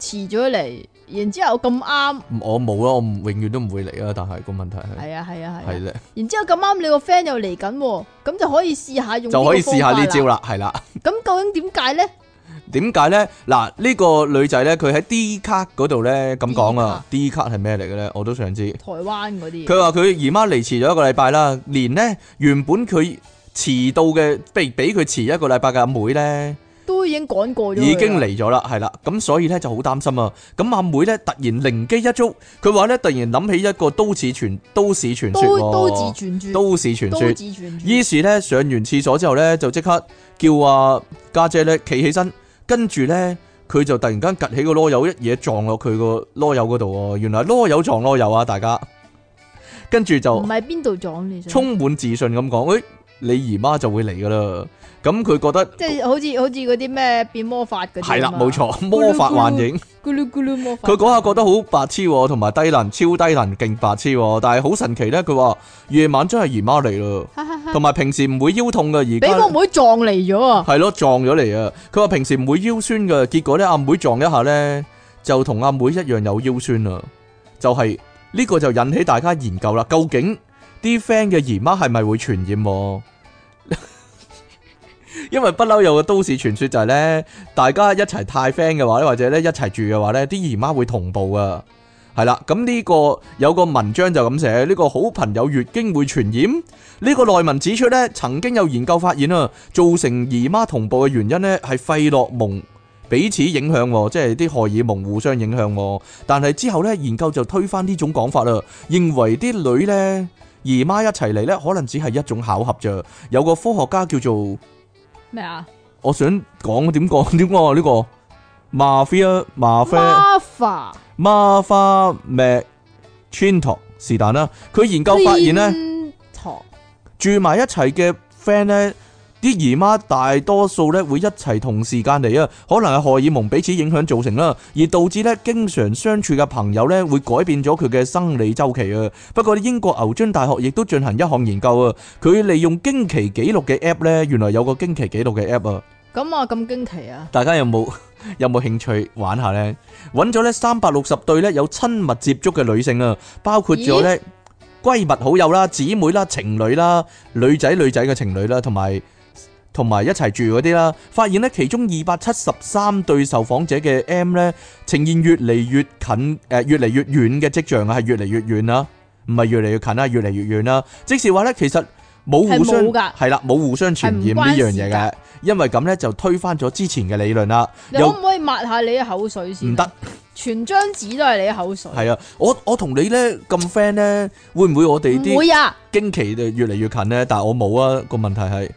S2: 遲咗嚟，然之後咁啱，
S1: 我冇啦，我唔永遠都唔會嚟啊！但係個問題係
S2: 係啊係啊
S1: 係
S2: 係啊，
S1: 咧，
S2: 然之後咁啱你個 friend 又嚟緊喎，咁就可以試下用
S1: 就可以
S2: 個
S1: 試下呢
S2: 方
S1: 招
S2: 法啦。
S1: 啦，係啦。
S2: 咁究竟點解咧？
S1: 點解咧？嗱，呢個女仔咧，佢喺 D 卡嗰度咧咁講啊，D 卡係咩嚟嘅咧？我都想知。
S2: 台灣嗰啲
S1: 佢話佢姨媽嚟遲咗一個禮拜啦，連呢原本佢遲到嘅，被俾佢遲一個禮拜嘅阿妹咧，
S2: 都已經趕過咗佢啦，
S1: 已經嚟咗啦，係啦。咁所以咧就好擔心啊。咁阿妹咧突然靈機一觸，佢話咧突然諗起一個都市傳都市傳
S2: 都
S1: 說
S2: 都自
S1: 喎，
S2: 傳住，
S1: 都市傳
S2: 都
S1: 說
S2: 自。傳住。
S1: 於是咧上完廁所之後咧，就即刻叫阿家姐咧企起身，跟住咧佢就突然間趌起個啰柚，一嘢撞落佢個啰柚嗰度喎。原來啰柚撞啰柚啊，大家。跟住就
S2: 唔係邊度撞你想？
S1: 充滿自信咁講：，誒、你姨媽就會嚟噶啦。咁佢覺得
S2: 即係好似好似嗰啲咩變魔法嗰啲。啊
S1: 係啦，冇，錯，魔法幻影。
S2: 咕嚕咕嚕魔法。
S1: 佢嗰下覺得好白痴喎，同埋低能、超低能、勁白痴喎。但係好神奇咧，佢話夜晚真係姨媽嚟咯，
S2: 哈哈哈，
S1: 同埋平時唔會腰痛嘅，而
S2: 俾
S1: 家
S2: 個。妹撞嚟咗 啊！
S1: 系咯，撞咗嚟啊！佢話平時唔會腰酸嘅，結果咧阿妹撞一下咧，就同阿妹一樣有腰酸啊！就係、呢、個就引起大家研究啦，究竟啲 friend 嘅姨媽係咪會傳染喎？因為不嬲有個都市傳說就係咧，大家一齊太 friend 嘅話咧，或者咧一齊住嘅話咧，啲姨媽會同步啊！係啦，咁呢個有個文章就咁寫，呢個好朋友月經會傳染。呢個內文指出呢，曾經有研究發現啊，造成姨媽同步嘅原因呢係費洛蒙彼此影響喎，即係啲荷爾蒙互相影響喎。但係之後呢，研究就推翻呢種講法啦，認為啲女呢，姨媽一齊嚟呢，可能只係一種巧合啫。有個科學家叫做
S2: 咩啊
S1: 我想講點講點講啊呢個馬菲啊馬菲。
S2: ？Martha
S1: Martha McClintock 是但啦，佢研究發現咧，
S2: Clinton
S1: 住埋一齊嘅 friend 咧，啲姨媽大多數咧會一齊同時間嚟啊，可能係荷爾蒙彼此影響造成啦，而導致咧經常相處嘅朋友咧會改變咗佢嘅生理周期啊。不過英國牛津大學亦都進行一項研究啊，佢利用經期記錄嘅 app 咧，原來有個經期記錄嘅 app 啊。
S2: 咁啊咁驚奇啊！
S1: 大家有冇 有冇興趣玩下呢？揾咗呢三百六十對呢有親密接觸嘅女性啊，包括咗呢閨蜜好友啦、姊妹啦、情侶啦、女仔女仔嘅情侶啦，同埋同埋一齊住嗰啲啦，發現呢其中二百七十三對受訪者嘅 M 呢，呈現越嚟越近誒、呃越嚟越遠嘅跡象啊，係越嚟越遠啦，唔係越嚟越近啦，越嚟越遠啦，即是話呢，其實冇互相
S2: 係冇㗎
S1: 係啦，冇互相傳染
S2: 係唔關
S1: 呢樣嘢
S2: 事
S1: 嘅
S2: 㗎。
S1: 因為咁咧就推翻咗之前嘅理論啦，
S2: 你
S1: 又
S2: 可唔可以抹下你嘅口水先？啊
S1: 唔得，
S2: 全張紙都係你嘅口水。
S1: 係啊！我我同你咧咁 friend 咧，會唔會我哋
S2: 唔
S1: 啲
S2: 會啊！
S1: 經期就越嚟越近咧？但係我冇啊，個問題係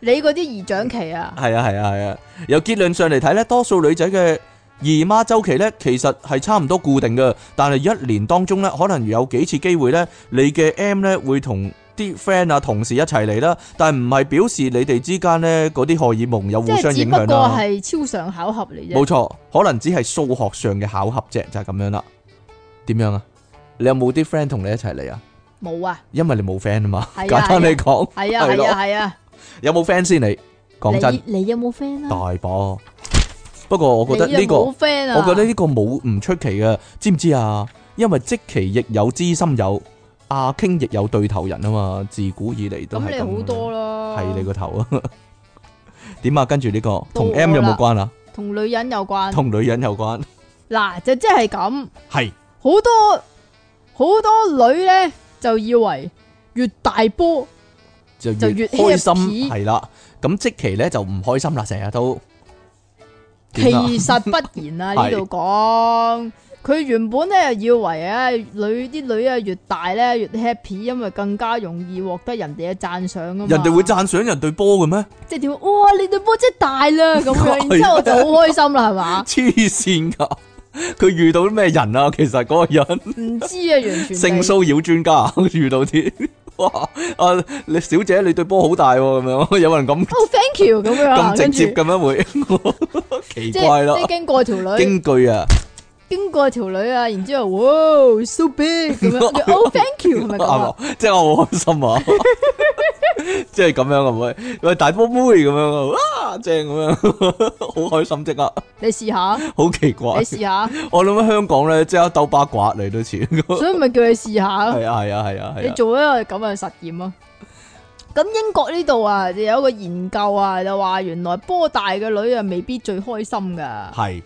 S2: 你嗰啲姨長期啊，
S1: 係啊係啊係啊！由結論上嚟睇咧，多數女仔嘅姨媽周期咧，其實係差唔多固定嘅，但係一年當中咧，可能有幾次機會咧，你嘅 M 咧會同啲 friend 啊同事一齊嚟啦，但係唔係表示你哋之間咧嗰啲荷爾蒙有
S2: 即
S1: 互
S2: 係
S1: 相
S2: 只
S1: 影
S2: 不
S1: 響
S2: 過
S1: 啦。
S2: 係超常巧合嚟啫。
S1: 冇錯，可能只係數學上嘅巧合啫，就係、咁樣啦。點樣啊？你有冇啲 friend 同你一齊嚟啊？
S2: 冇啊！
S1: 因為你冇 friend 啊嘛，
S2: 係啊
S1: 簡單嚟講，
S2: 係啊
S1: 係
S2: 係
S1: 咯
S2: 啊係啊！
S1: 有冇 friend 先你？講真，
S2: 你你有冇 friend 啊？
S1: 大把。不過我覺得呢、
S2: 你有
S1: 個，
S2: 冇 friend 啊？
S1: 我覺得呢個冇唔出奇嘅，知唔知啊？因為即其亦有知心友，阿傾亦有對頭人啊嘛，自古以嚟都
S2: 咁
S1: 係
S2: 你
S1: 咁
S2: 好多啦，
S1: 係你個頭啊！ 點啊？跟住呢、個
S2: 到
S1: 同
S2: 我
S1: M 有冇
S2: 啦嗯
S1: 關啊？
S2: 同女人有關。
S1: 同女人有關，
S2: 嗱就即係咁，
S1: 係
S2: 好多好多女咧就以為越大波
S1: 就越
S2: 就越
S1: 開
S2: happy
S1: 心係啦。咁即期咧就唔開心啦，成日都
S2: 其
S1: 點啊
S2: 實不然 啊！
S1: 係
S2: 呢度講，佢原本咧以為啊，女啲女啊越大咧越 happy，因為更加容易獲得人哋嘅讚賞啊嘛。
S1: 人哋會，讚賞人對波嘅咩？？
S2: 即係點？哇！你對波真係大啦咁樣，然之後我就好開心啦，係嘛
S1: 黐線噶！佢遇到啲咩人啊？其實嗰個 人
S2: 唔知啊，完全
S1: 性
S2: 地
S1: 騷擾專家， 遇到啲哇啊！你小姐你對波好大喎，咁樣 有人咁
S2: 哦，thank you 咁樣啊，
S1: 咁直
S2: 跟住
S1: 接咁樣會 奇
S2: 即
S1: 怪
S2: 係
S1: 啦
S2: 即係，經過條女，
S1: 京劇啊！
S2: 經過條女啊，然之後哇，so big 咁樣，跟住哦，thank you 係咪咁啊？
S1: 啱啊即係我好開心啊！ 即係咁樣啊，唔會喂大波妹咁樣啊，哇正咁樣， 好開心即刻，
S2: 你試下，
S1: 好奇怪
S2: 你。試下，
S1: 我諗喺香港咧，即刻兜八卦嚟都似，係
S2: 所以咪叫你試下咯。
S1: 啊係啊係啊
S2: 你
S1: 係啊，
S2: 做一個咁嘅實驗啊！咁英國呢度啊，就有一個研究啊，就話原來波大嘅女啊，未必最開心噶。
S1: 係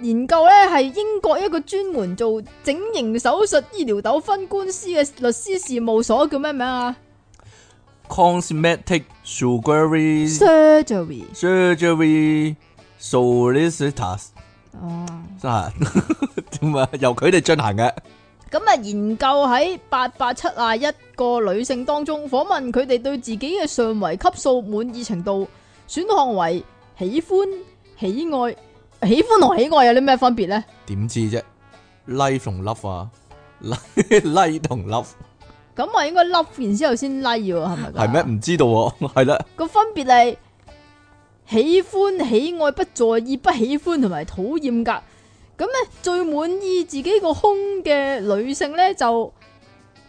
S2: 研究咧係英國一個專門做整形手術醫療糾紛官司嘅律師事務所，叫咩名啊
S1: cosmetic surgery
S2: ？Surgery
S1: surgery solicitors
S2: 哦。
S1: 真係點啊？由佢哋進行嘅，
S2: 咁啊，研究喺八百七啊一個女性當中訪問佢哋對自己嘅上圍級數滿意程度，選項為喜歡、喜愛、喜歡同喜愛有啲咩分別呢？
S1: 點知啫？like 同 love 啊，like 同 love
S2: 咁啊，應該 love 然之後先 like 喎，係咪？
S1: 係咩？？唔知道喎，係啦。
S2: 個分別係喜歡、喜愛、不在意、不喜歡同埋討厭㗎。咁咧最滿意自己個胸嘅女性咧，就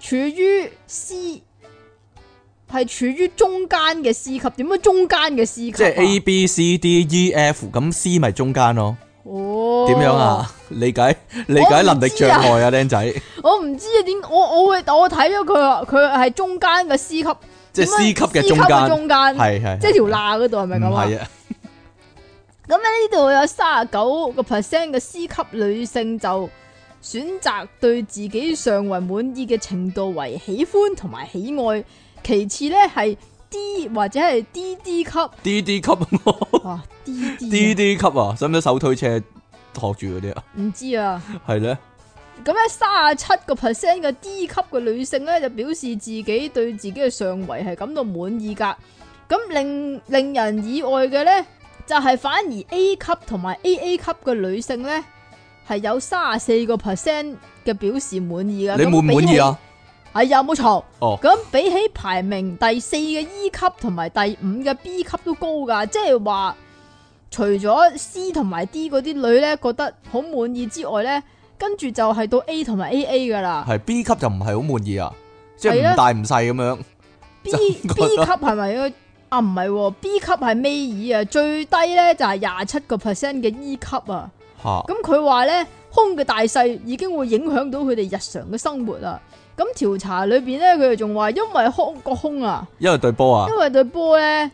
S2: 處於 C，係處於中間嘅 C 級。點解中間嘅 C 級啊？
S1: 即係 A B C D E F 咁 C 咪中間咯，
S2: 哦，
S1: 點樣？啊？ 理解理解能力障礙 啊，僆仔，
S2: 我唔知啊，點我我會我睇咗佢，佢係中間嘅 C 級，
S1: 即係 C 級嘅中
S2: 點解 C 級嘅
S1: 間，
S2: 中間，
S1: 係係
S2: 即係條罅嗰度係咪咁
S1: 唔
S2: 啊？
S1: 係啊？
S2: 咁咧呢度有三十九個 percent 嘅 C 級女性就選擇對自己上圍滿意嘅程度為喜歡同埋喜愛，其次呢係 D 或者係 D D 級，
S1: D D 級 D
S2: 哇 D D
S1: D 級啊，使唔使手推車托住嗰啲啊？
S2: 唔知啊。
S1: 係咧，
S2: 咁咧，三十七個 percent 嘅 D 級嘅女性咧，就表示自己對自己嘅上圍係感到滿意噶。咁令令人意外嘅咧，就係、反而 A 級同埋 AA 級嘅女性咧，係有三十四個 percent 嘅表示滿意噶。
S1: 你滿唔滿意啊？
S2: 咁比起？係有哎冇錯？
S1: 哦
S2: 咁比起排名第四嘅 E 級同埋第五嘅 B 級都高噶，即係話除咗 C 同埋 D 嗰啲女咧覺得好滿意之外咧，跟住就係到 A 同埋 AA 噶啦。
S1: 係 B 級就唔係好滿意啊，即係
S2: 係
S1: 唔
S2: 啊
S1: 大唔細咁樣。
S2: B
S1: 就
S2: B
S1: 覺
S2: 級
S1: 得
S2: 係咪啊？啊唔係喎，B 級係尾二啊，最低咧就係廿七個 percent 嘅 E 級啊。
S1: 吓，
S2: 咁佢話咧，胸嘅大細已經會影響到佢哋日常嘅生活啦。咁調查裏邊咧，佢哋仲話因為胸個胸啊，
S1: 因為對波啊
S2: 因，為對波咧，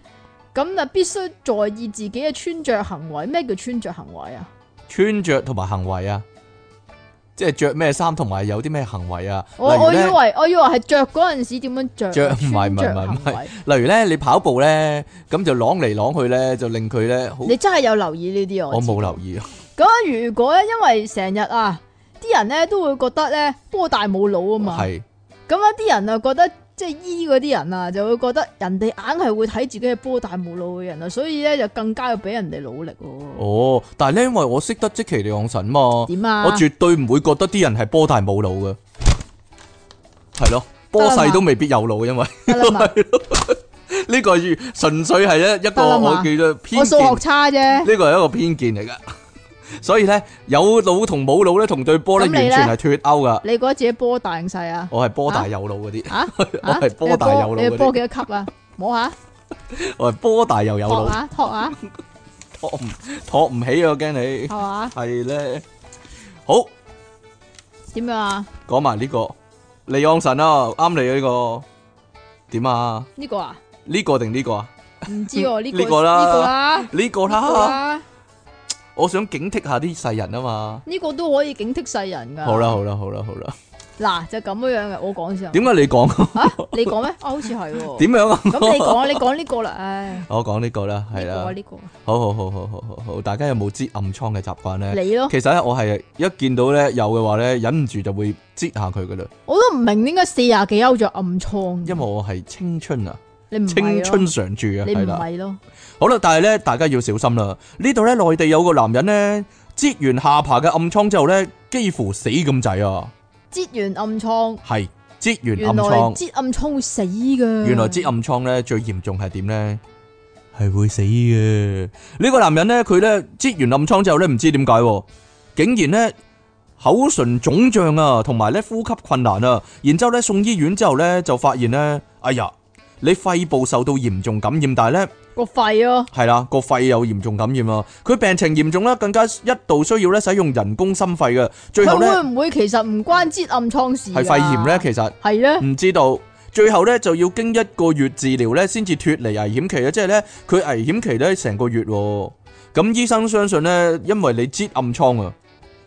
S2: 咁就必須在意自己嘅穿着行為。咩叫穿着行為啊？
S1: 穿着同埋行為啊，即係着咩衫同埋有啲咩行為啊。
S2: 我
S1: 例如
S2: 我以
S1: 咧，
S2: 為我以為係着嗰陣時點樣着啊，
S1: 着唔係
S2: 穿
S1: 唔係唔係
S2: 着
S1: 唔
S2: 行
S1: 係
S2: 為。
S1: 例如咧，你跑步咧，咁就啷嚟啷去咧，就令佢咧好。
S2: 你真係有留意呢啲啊？
S1: 我
S2: 知
S1: 冇留意啊，
S2: 咁如果咧，因為成日啊，啲人咧都會覺得咧波大冇腦啊嘛，咁
S1: 係
S2: 啊啲人啊覺得即係醫嗰啲人啊，就會覺得人哋硬係會睇自己係波大冇腦嘅人啊，所以咧就更加要俾人哋努力喎。
S1: 哦，但係咧，因為我識得即其利昂神嘛，我
S2: 點啊？
S1: 絕對唔會覺得啲人係波大冇腦嘅，係咯，波
S2: 得啦
S1: 細
S2: 嘛
S1: 都未必有腦，因為。
S2: 得啦嘛，
S1: 呢個要純粹係一一
S2: 得
S1: 個
S2: 啦嘛
S1: 我記得偏
S2: 我數
S1: 見，
S2: 學
S1: 呢
S2: 差啫。
S1: 個係一個偏見嚟噶。所以咧，有腦同冇腦咧，同對波咧
S2: 咁
S1: 完
S2: 你
S1: 全
S2: 呢
S1: 係脱鈎噶。
S2: 你覺得自己波大定細啊？
S1: 我係波大有腦嗰啲，
S2: 啊
S1: 我
S2: 啊
S1: 係波大有
S2: 你
S1: 腦
S2: 係
S1: 嗰
S2: 波
S1: 啲，
S2: 幾多級啊？摸下，
S1: 我係波大又有
S2: 托
S1: 腦，
S2: 下，托下，
S1: 托唔托唔起啊！我驚你
S2: 係嘛？
S1: 係咧。好，
S2: 點樣啊？
S1: 講埋呢個利昂神啊，啱你啊呢個點啊？
S2: 呢個啊？
S1: 呢個定呢個啊？
S2: 唔知喎，呢個
S1: 呢個啦
S2: 呢個啦，
S1: 呢個
S2: 呢個
S1: 啦，
S2: 啦，
S1: 我想警惕下啲世人啊嘛。
S2: 呢個都可以警惕世人㗎。
S1: 好啦，好啦，好啦，好啦。
S2: 嗱就咁樣樣嘅，我講先啊。
S1: 點解你講？
S2: 啊？你講咩？啊，好似係喎。
S1: 點樣啊？
S2: 咁你講啊，你講呢個啦，唉，
S1: 我講呢個啦，係
S2: 呢個啊
S1: 啦，
S2: 呢個啊，
S1: 好好好好好好好，大家有冇擠暗瘡嘅習慣咧？
S2: 你咯，
S1: 其實咧，我係一見到咧有嘅話咧，忍唔住就會擠下佢噶啦，
S2: 我都唔明點解四廿幾歐仲有暗瘡，
S1: 因為我係青春啊，
S2: 你唔
S1: 青
S2: 係咯
S1: 春，常駐啊，
S2: 你唔
S1: 係啦。
S2: 係咯，
S1: 好啦，但係咧，大家要小心啦。呢度咧，內地有個男人咧，擠完下巴嘅暗瘡之後咧，幾乎死咁滯啊，
S2: 擠完暗瘡，
S1: 係擠
S2: 原
S1: 完
S2: 來
S1: 暗瘡。
S2: 擠啊暗瘡會死噶，
S1: 原來擠暗瘡咧最嚴重係點咧？係會死嘅。呢個男人咧，佢咧擠完暗瘡之後咧，唔知點解喎，竟然咧口唇腫脹啊，同埋咧呼吸困難啊。然之後咧送醫院之後咧，就發現咧，哎呀，你肺部受到嚴重感染，但係咧
S2: 個肺咯，
S1: 係啦個肺有嚴重感染啊。佢病情嚴重啦，更加一度需要咧使用人工心肺嘅。最後
S2: 佢
S1: 咧
S2: 會唔會其實唔關擠暗瘡事？啊
S1: 係肺炎咧，，其實。
S2: 係咧，
S1: 唔知道。最後咧就要經一個月治療咧，先至脱離危險期啊！即係咧，佢危險期咧成個月喎。咁醫生相信咧，因為你擠暗瘡啊，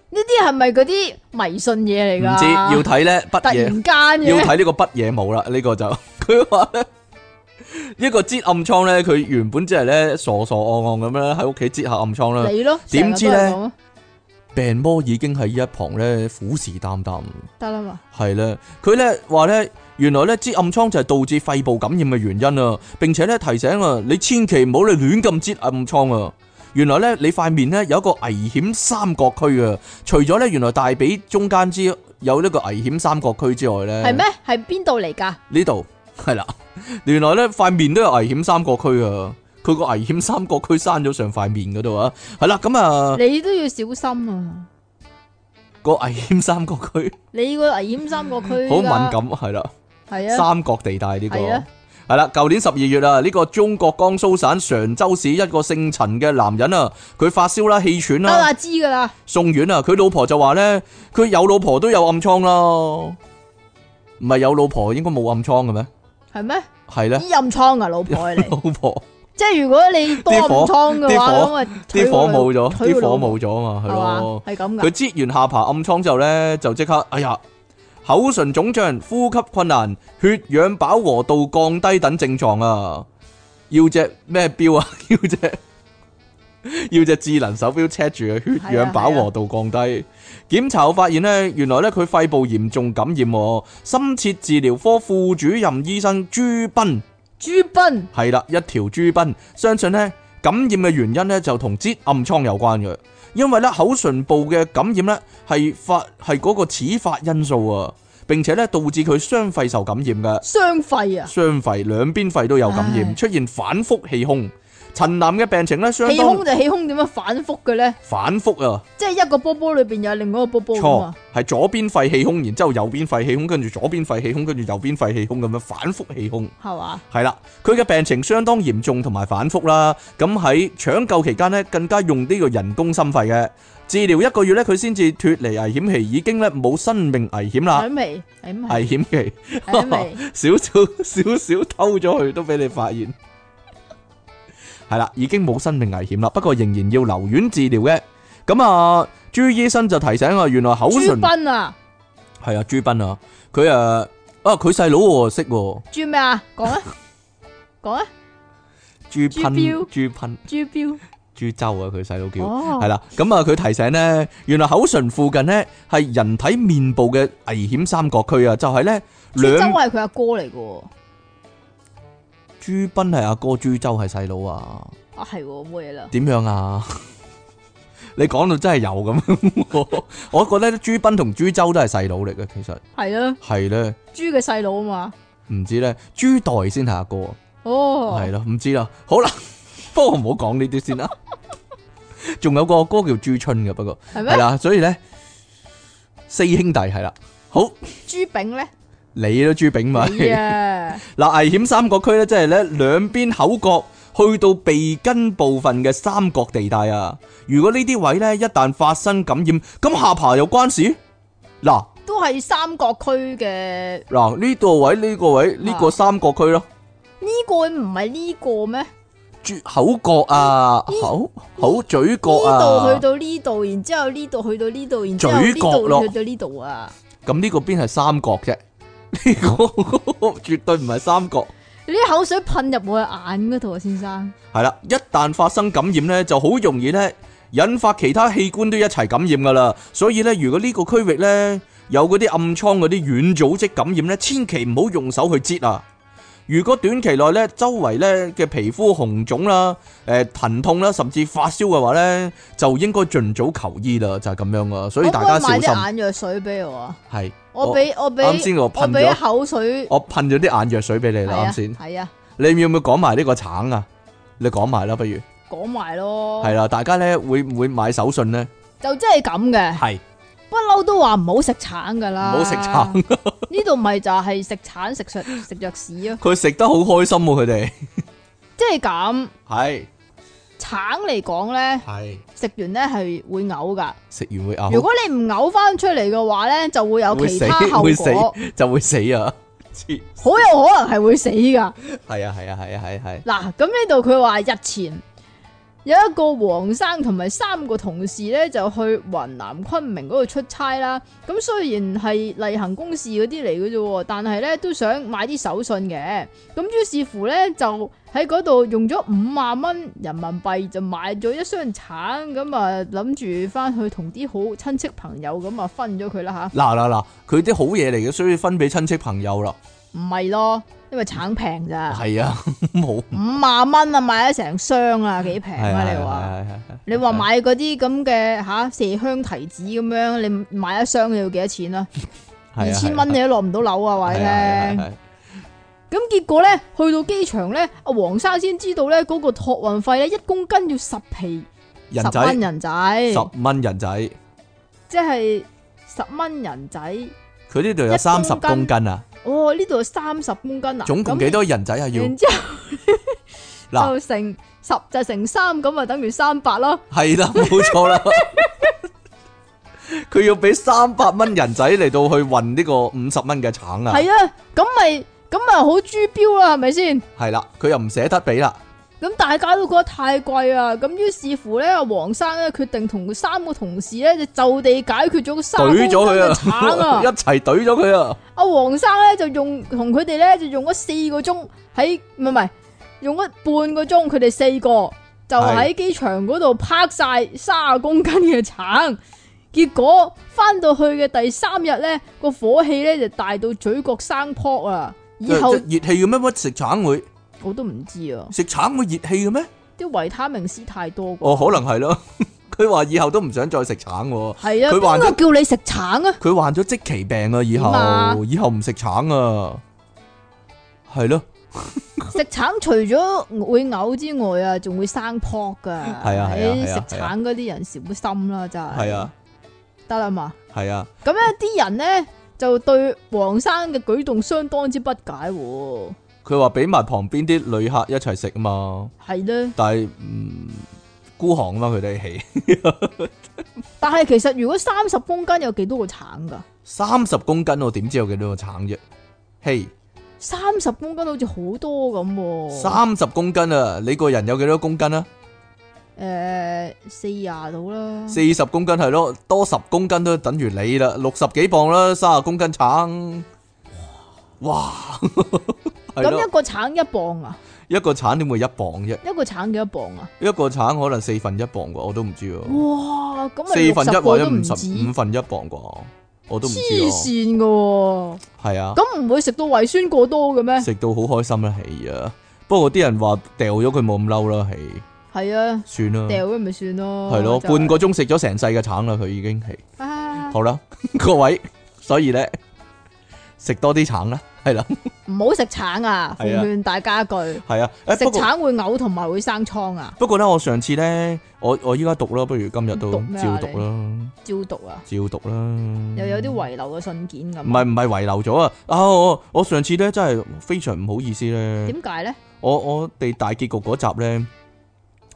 S2: 呢啲係咪嗰啲迷信嘢嚟
S1: 唔
S2: 噶？
S1: 知要睇咧
S2: 突
S1: 筆嘢，
S2: 然間
S1: 要
S2: 嘅，
S1: 睇呢個筆嘢冇啦。呢個就 佢話咧，一個擠暗瘡咧，佢原本只係咧傻傻戇戇咁樣喺屋企擠下暗瘡啦，
S2: 你咯，
S1: 啊點知呢
S2: 成日都係咁啊
S1: 病魔已經喺一旁咧虎視眈眈。
S2: 得啦嘛，
S1: 係啦，佢咧話咧，原來咧擠暗瘡就係導致肺部感染嘅原因啊！並且咧提醒啊，你千祈唔好你亂咁擠暗瘡啊！原來咧你塊面咧有一個危險三角區啊！除咗咧原來大髀中間之有呢個危險三角區之外咧，
S2: 係咩？係邊度嚟㗎？
S1: 呢度係啦，原來咧塊面都有危險三角區啊！佢個危險三角區生咗上塊面嗰度啊！係啦，咁啊
S2: 你都要小心啊！
S1: 個危險三角區
S2: 你個危險三角區
S1: 好敏感，係啦。
S2: 係啊，
S1: 三角地帶呢、個
S2: 係啊
S1: 係啦，舊年十二月啊，呢、個中國江蘇省常州市一個姓陳嘅男人啊，佢發燒啦、氣喘
S2: 得
S1: 啦，
S2: 啦，知噶啦，
S1: 送院啊，佢老婆就話呢，佢有老婆都有暗瘡啦，唔係有老婆應該冇暗瘡嘅咩？
S2: 係咩？
S1: 係呢，
S2: 醫暗瘡啊，老婆嚟，
S1: 老婆
S2: 即系如果你多
S1: 啲火
S2: 暗疮嘅话，
S1: 啲
S2: 咁
S1: 火
S2: 啊
S1: 啲火冇咗，
S2: 取佢
S1: 啲火
S2: 咯
S1: 冇咗啊嘛，
S2: 系
S1: 係咯
S2: 嘛，。系咁
S1: 佢
S2: 噶，
S1: 擠完下巴暗瘡之後咧，就即刻哎呀，口唇腫脹、呼吸困難、血氧飽和度降低等症狀啊！要隻咩錶啊？ 要隻要隻智能手錶 check 住佢血氧飽和度降低。檢查後發現呢，原來呢，佢肺部嚴重感染喎，深切治療科副主任醫生朱斌。
S2: 朱斌
S1: 系啦，一條豬賓，相信呢感染嘅原因呢就同擠暗瘡有關嘅，因為呢口唇部嘅感染呢係發係嗰個始發因素啊，並且呢導致佢雙肺受感染嘅，
S2: 双肺啊，
S1: 雙肺兩邊肺都有感
S2: 唉
S1: 染，出現反覆氣胸。陳南嘅病情呢相
S2: 氣
S1: 當
S2: 胸就氣胸，點樣反覆嘅咧？
S1: 反覆啊，
S2: 即係一個波波裏边有另外一個波波噶
S1: 錯
S2: 嘛？
S1: 係左邊肺氣胸，然之後右邊肺氣胸，跟住左邊肺氣胸，跟住右邊肺氣胸咁樣反覆氣胸。
S2: 係嘛？
S1: 系啦，佢嘅病情相當嚴重同埋反覆啦。咁喺搶救期間呢，更加用呢個人工心肺嘅治療一個月呢，佢先至脱離危險期，已經呢冇生命危險啦。
S2: 睇未？哎睇未？
S1: 危險期
S2: 睇未？
S1: 少少少少偷咗佢都俾你發現，係啦，已經冇生命危險啦。不過仍然要留院治療嘅。咁啊，朱醫生就提醒啊，原來口
S2: 朱
S1: 唇
S2: 斌啊，
S1: 係啊，朱斌啊，佢啊啊佢細佬我識喎，
S2: 朱咩啊？講啊， 講啊，
S1: 朱
S2: 朱
S1: 斌
S2: 標
S1: 朱斌
S2: 朱标
S1: 朱周啊，佢細佬叫。
S2: 哦，
S1: 系啦，咁啊佢提醒呢，原來口唇附近呢係人體面部嘅危險三角區啊，就係呢
S2: 朱周啊
S1: 兩
S2: 係佢阿哥嚟噶喎，
S1: 朱斌係阿哥，朱周係細佬啊，
S2: 啊係喎，冇嘢啦，
S1: 點樣啊？你講到真係有咁， 我我覺得朱斌同朱周都係細佬嚟嘅，其實
S2: 係啦，
S1: 係呢，
S2: 朱嘅細佬啊嘛，
S1: 唔知呢，朱代先係阿哥啊。
S2: 哦，
S1: 系咯，唔知啦。好啦， 不過唔好講呢啲先啦。仲有個歌叫朱春嘅，不過
S2: 係
S1: 係
S2: 咩？
S1: 啦，所以咧四兄弟係啦。好，
S2: 朱 炳咧，
S1: 你都朱炳咪
S2: 你啊，
S1: 嗱，危險三角區咧，即係咧兩邊口角去到鼻根部分嘅三角地帶啊。如果呢啲位咧一旦發生感染，咁下巴有關事？嗱
S2: 都係三角區嘅，
S1: 嗱，呢度位呢、個位呢、個
S2: 啊
S1: 三角區咯，
S2: 呢個唔係呢個咩？
S1: 絕口角啊，口口嘴角
S2: 呢
S1: 啊。
S2: 度去到呢度，然之后呢度去到呢度，然之后呢
S1: 嘴角咯
S2: 度去到呢度啊！
S1: 咁呢個邊係三角啫？呢個 絕對唔係三角。
S2: 你啲口水噴入我嘅眼嗰度啊，先生。
S1: 係啦，一旦發生感染呢，就好容易呢引發其他器官都一齊感染噶啦。所以呢，如果呢個區域呢有嗰啲暗瘡嗰啲軟組織感染呢，千祈唔好用手去擠啊！如果短期內呢，周圍呢嘅皮膚紅腫啦、誒、疼痛啦，甚至發燒嘅話呢，就應該盡早求醫啦，就係、咁樣啊。所以
S2: 可唔
S1: 大
S2: 可
S1: 家
S2: 以
S1: 小
S2: 買
S1: 心。
S2: 啲眼藥水俾我啊？
S1: 係，
S2: 我俾我俾
S1: 啱先我噴咗
S2: 俾口水，
S1: 我噴咗啲眼藥水俾你啦，啱先。
S2: 系啊，
S1: 你要唔要講埋呢個橙啊？你講埋啦，不如
S2: 講埋咯，
S1: 係啦，大家咧會唔會買手信咧？
S2: 就真係咁嘅，
S1: 係
S2: 不嬲都話唔好食橙噶
S1: 唔
S2: 啦，
S1: 好食
S2: 啊
S1: 橙，，
S2: 呢度咪就係食橙食藥食藥屎啊！
S1: 佢食得好開心喎，佢哋
S2: 即係咁，
S1: 係
S2: 橙嚟講咧，
S1: 係
S2: 食完咧係會嘔噶，
S1: 食完會
S2: 如
S1: 嘔，
S2: 果你唔嘔翻出嚟嘅話咧，就會有
S1: 會
S2: 其
S1: 死
S2: 他後
S1: 會死
S2: 果。
S1: 就會死啊！黐
S2: 好有可能係會死噶。
S1: 係啊係啊係啊係啊係
S2: 嗱，咁呢度佢話日前有一個黃生同埋三個同事咧，就去雲南昆明嗰度出差啦。咁雖然係例行公事嗰啲嚟嘅啫喎，但係咧都想買啲手信嘅。咁於是乎咧，就喺嗰度用咗五萬蚊人民幣就買咗一箱橙，咁啊諗住翻去同啲好親戚朋友咁啊分咗佢啦吓。
S1: 嗱嗱嗱，佢啲好嘢嚟嘅，所以分俾親戚朋友啦。
S2: 唔係咯，因為橙平咋，
S1: 係啊， 冇
S2: 五萬蚊啊買咗成箱啊，幾平
S1: 係
S2: 啊
S1: 啊
S2: 你話？
S1: 係啊係啊
S2: 你話買嗰啲咁嘅吓麝香提子咁樣，你買一箱你要幾多錢啊？
S1: 係啊
S2: 二千蚊你都落唔到樓啊！話你
S1: 係啊係啊係
S2: 聽。
S1: 啊
S2: 咁結果咧，去到機場咧，阿黃生先知道咧，嗰個托運費咧一公斤要十皮
S1: 人
S2: 十蚊
S1: 仔
S2: 人仔，
S1: 十蚊人仔，佢
S2: 即係十蚊人仔。
S1: 呢度有
S2: 一
S1: 三十
S2: 公
S1: 公
S2: 斤
S1: 斤啊，
S2: 哦，呢度三十公斤啊！
S1: 總共
S2: 咁
S1: 幾多人仔啊？要
S2: 然之
S1: 嗱
S2: 後。就乘十就乘三，咁啊等於三百咯。
S1: 系 啦，冇错啦。佢要俾三百蚊人仔嚟到去运呢个五十蚊嘅橙啊，
S2: 係啊，咁咪咁咪好豬標啦，係咪先？
S1: 系啦，佢又唔舍得俾啦，
S2: 咁大家都覺得太貴啊，咁於是乎咧，阿黃生咧決定同三個同事咧就就地解決咗個三公
S1: 懟
S2: 斤
S1: 咗佢
S2: 嘅橙
S1: 啊，
S2: 啊
S1: 一！齊懟咗佢啊，
S2: 阿黃生咧就用同佢哋咧就用咗四個鐘喺唔係唔係用咗半個鐘，佢哋四個就喺機場嗰度拍晒卅公斤嘅橙，結果翻到去嘅第三日咧個火氣咧就大到嘴角生泡啊！以
S1: 即係
S2: 後
S1: 熱氣嘅咩？乜食橙會
S2: 我都唔知啊，
S1: 食橙會熱氣嘅咩？
S2: 啲維他命 C 太多
S1: 哦，
S2: 啩，
S1: 可能係咯。 佢話以後都唔想再食橙喎。
S2: 係啊，
S1: 佢患
S2: 邊個叫你食橙啊？
S1: 佢患咗即期病啊，以後
S2: 點啊
S1: 以後唔食橙啊，係咯，
S2: 食橙除咗會嘔之外啊，仲會生泡噶。
S1: 係啊係啊
S2: 唉
S1: 係啊
S2: 食橙嗰啲人小心啦，真係。
S1: 係啊，
S2: 得啦嘛。
S1: 係啊，
S2: 咁咧，啲人咧就對黃生嘅舉動相當之不解喎。
S1: 佢話俾埋旁邊啲旅客一齊食啊嘛，
S2: 係咧，
S1: 但係嗯孤寒啊嘛，佢哋係
S2: 但係其實如果三十公斤有幾多個橙噶？
S1: 三十公斤，我點知有幾多個橙啫？嘿，
S2: 三十公斤好似好多咁喎。
S1: 三十公斤啊，你個人有幾多公斤啊？
S2: 诶，四廿到啦。
S1: 四十公斤係咯，多十公斤都等於你啦，六十幾磅啦，三十公斤橙，哇，係
S2: 咁
S1: 咯
S2: 一，個橙一磅啊？
S1: 一個橙點會一磅啫？
S2: 一個橙幾多磅啊？
S1: 一個橙可能四分一磅啩，我都唔知喎。
S2: 哇！咁咪
S1: 四
S2: 六
S1: 分
S2: 十
S1: 一
S2: 個
S1: 或者
S2: 都唔
S1: 五
S2: 止，
S1: 十五
S2: 黐
S1: 分一磅啩，我都唔知喎。
S2: 線噶喎。
S1: 係啊，
S2: 咁唔會食到胃酸過多嘅 咩？
S1: 食到好開心啦，係啊。不過啲人話掉咗佢冇咁嬲啦，係
S2: 係啊，
S1: 算啦，
S2: 掉咗咪算咯。
S1: 係咯，
S2: 真係
S1: 半個鐘食咗成世嘅橙啦，佢已經係。
S2: 啊
S1: 好啦， 各位，所以咧食多啲橙啦，係啦，
S2: 唔好食橙啊！奉
S1: 係啊
S2: 勸大家一句。
S1: 係啊。誒
S2: 食
S1: 不過
S2: 橙會嘔同埋會生瘡啊！
S1: 不過咧，我上次咧，我我依家讀啦，不如今日都
S2: 讀咩
S1: 照
S2: 啊
S1: 讀啦，
S2: 招毒啊，
S1: 照讀啦。
S2: 又有啲遺留嘅信件咁。
S1: 唔係唔係遺留咗啊！啊，我我上次咧真係非常唔好意思咧。
S2: 點解咧？
S1: 我我哋大結局嗰集咧，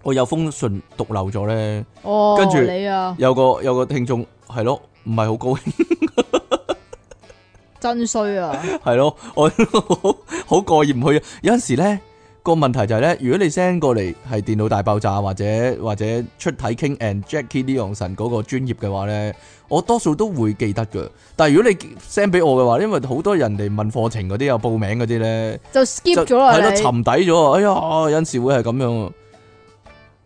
S1: 我有封信讀漏咗咧，
S2: 哦，
S1: 跟住
S2: 你啊，
S1: 有個有個聽眾係咯，唔係好高興，
S2: 真衰 啊！
S1: 係咯，我 好好過意唔去。啊有陣時咧個問題就係咧，如果你 send 過嚟係電腦大爆炸或者或者出體 King and Jackie l e o n s o n 嗰個專業嘅話咧，我多數都會記得噶。但係如果你 send 俾我嘅話，因為好多人嚟問課程嗰啲又報名嗰啲咧，
S2: 就 skip 咗
S1: 係
S2: 啦
S1: 咯
S2: 你。
S1: 沉底咗啊！哎呀，有陣時會係咁樣啊。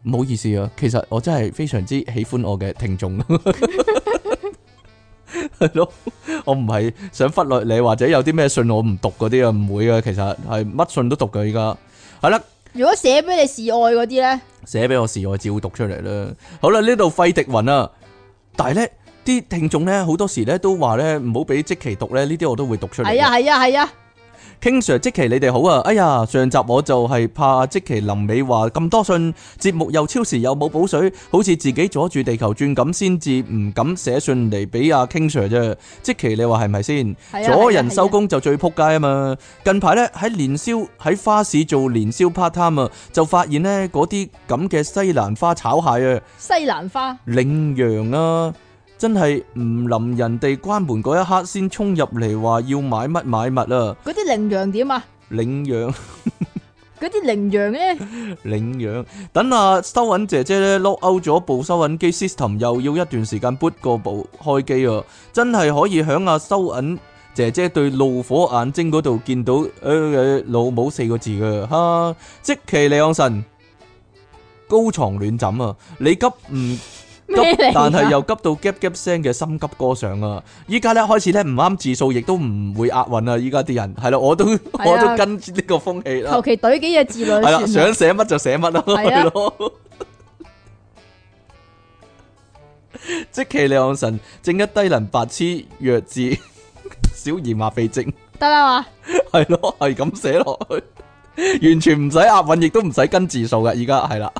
S1: 唔好意思啊，其實我真係非常之喜歡我嘅聽眾，係咯，我唔係想忽略你，或者有啲咩信我唔讀嗰啲啊，唔會啊，其實係乜信都讀嘅依家。係啦，
S2: 如果寫俾你示愛嗰啲咧，
S1: 寫俾我時我照讀出嚟啦。好啦，呢度費迪雲啊，但係咧啲聽眾咧好多時咧都話咧唔好俾即期讀咧，呢啲我都會讀出嚟嘅。
S2: 係啊係啊係啊，
S1: King Sir，即期你哋好啊！哎呀，上集我就係怕即期臨尾話咁多信，節目又超時又冇補水，好似自己阻住地球轉咁，先至唔敢寫信嚟俾阿 King Sir 啫。即期你話係咪先？
S2: 係啊
S1: 阻人收。工就最撲街啊嘛！近排呢，喺年宵喺花市做年宵 part time 啊，就發現呢嗰啲咁嘅西蘭花炒蟹啊。
S2: 係啊西蘭花
S1: 領羊啊，真係唔臨人哋關門嗰一刻先衝入嚟話要買乜買物啊！
S2: 嗰啲羚羊點啊？
S1: 領養
S2: 嗰啲羚羊咧，
S1: 領養，等啊收銀姐姐咧 lock out 咗部收銀機 system，又要一段時間 boot 個部開機啊！真係可以響啊收銀姐姐對怒火眼睛嗰度見到誒、呃老母四個字噶哈、即其利昂神高床暖枕啊！你急唔？
S2: 咩
S1: 急
S2: 嚟㗎？
S1: 但係又急到 gap gap 聲嘅心急歌上啊！依家咧開始咧唔啱字數，亦都唔會押韻啊！依家啲人係啦，我都
S2: 啊
S1: 我都跟住呢個風氣啦
S2: 求，其懟幾隻字
S1: Dạ. 係啦，
S2: 女算
S1: 想
S2: 啦。
S1: 寫乜就寫乜啦，
S2: 係啊
S1: 係咯。即其利昂神正一低能白痴弱 智小兒麻痹症，
S2: 得啦嘛，
S1: 係咯，係咁寫落去，完全唔使押韻，亦都唔使跟字數嘅。而家係啦，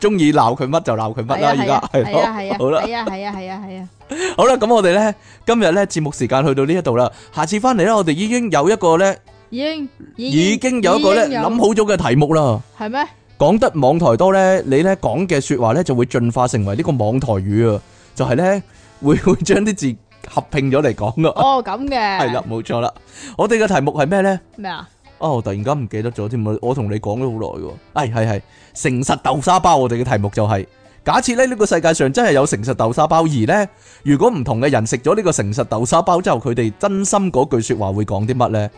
S1: 中意鬧佢乜就鬧佢乜
S2: 係
S1: 啦。
S2: 啊
S1: 而
S2: 係
S1: 家
S2: 啊
S1: 係
S2: 係啊係
S1: 咯，好啦
S2: 啊。係啊係啊係啊係啊，
S1: 好啦，咁我哋咧今日咧節目時間去到呢一度啦，下次翻嚟咧，我哋已經有一個咧，
S2: 已經
S1: 已經有一個咧諗好咗嘅題目啦。
S2: 係咩？
S1: 講得網台多咧，你咧講嘅説話咧就會進化成為呢個網台語啊，就係咧會 會將啲字合拼咗嚟講噶。
S2: 哦咁嘅
S1: 係啦，冇錯啦。我哋嘅題目係咩咧？
S2: 咩啊？
S1: 啊，啊，我突然間唔記得咗添啊！我同你講咗好耐喎。係係係，誠實豆沙包，我哋嘅題目就係、假設咧呢個世界上真係有誠實豆沙包，而呢，如果唔同嘅人食咗呢個誠實豆沙包之後，佢哋真心嗰句説話會講啲乜呢？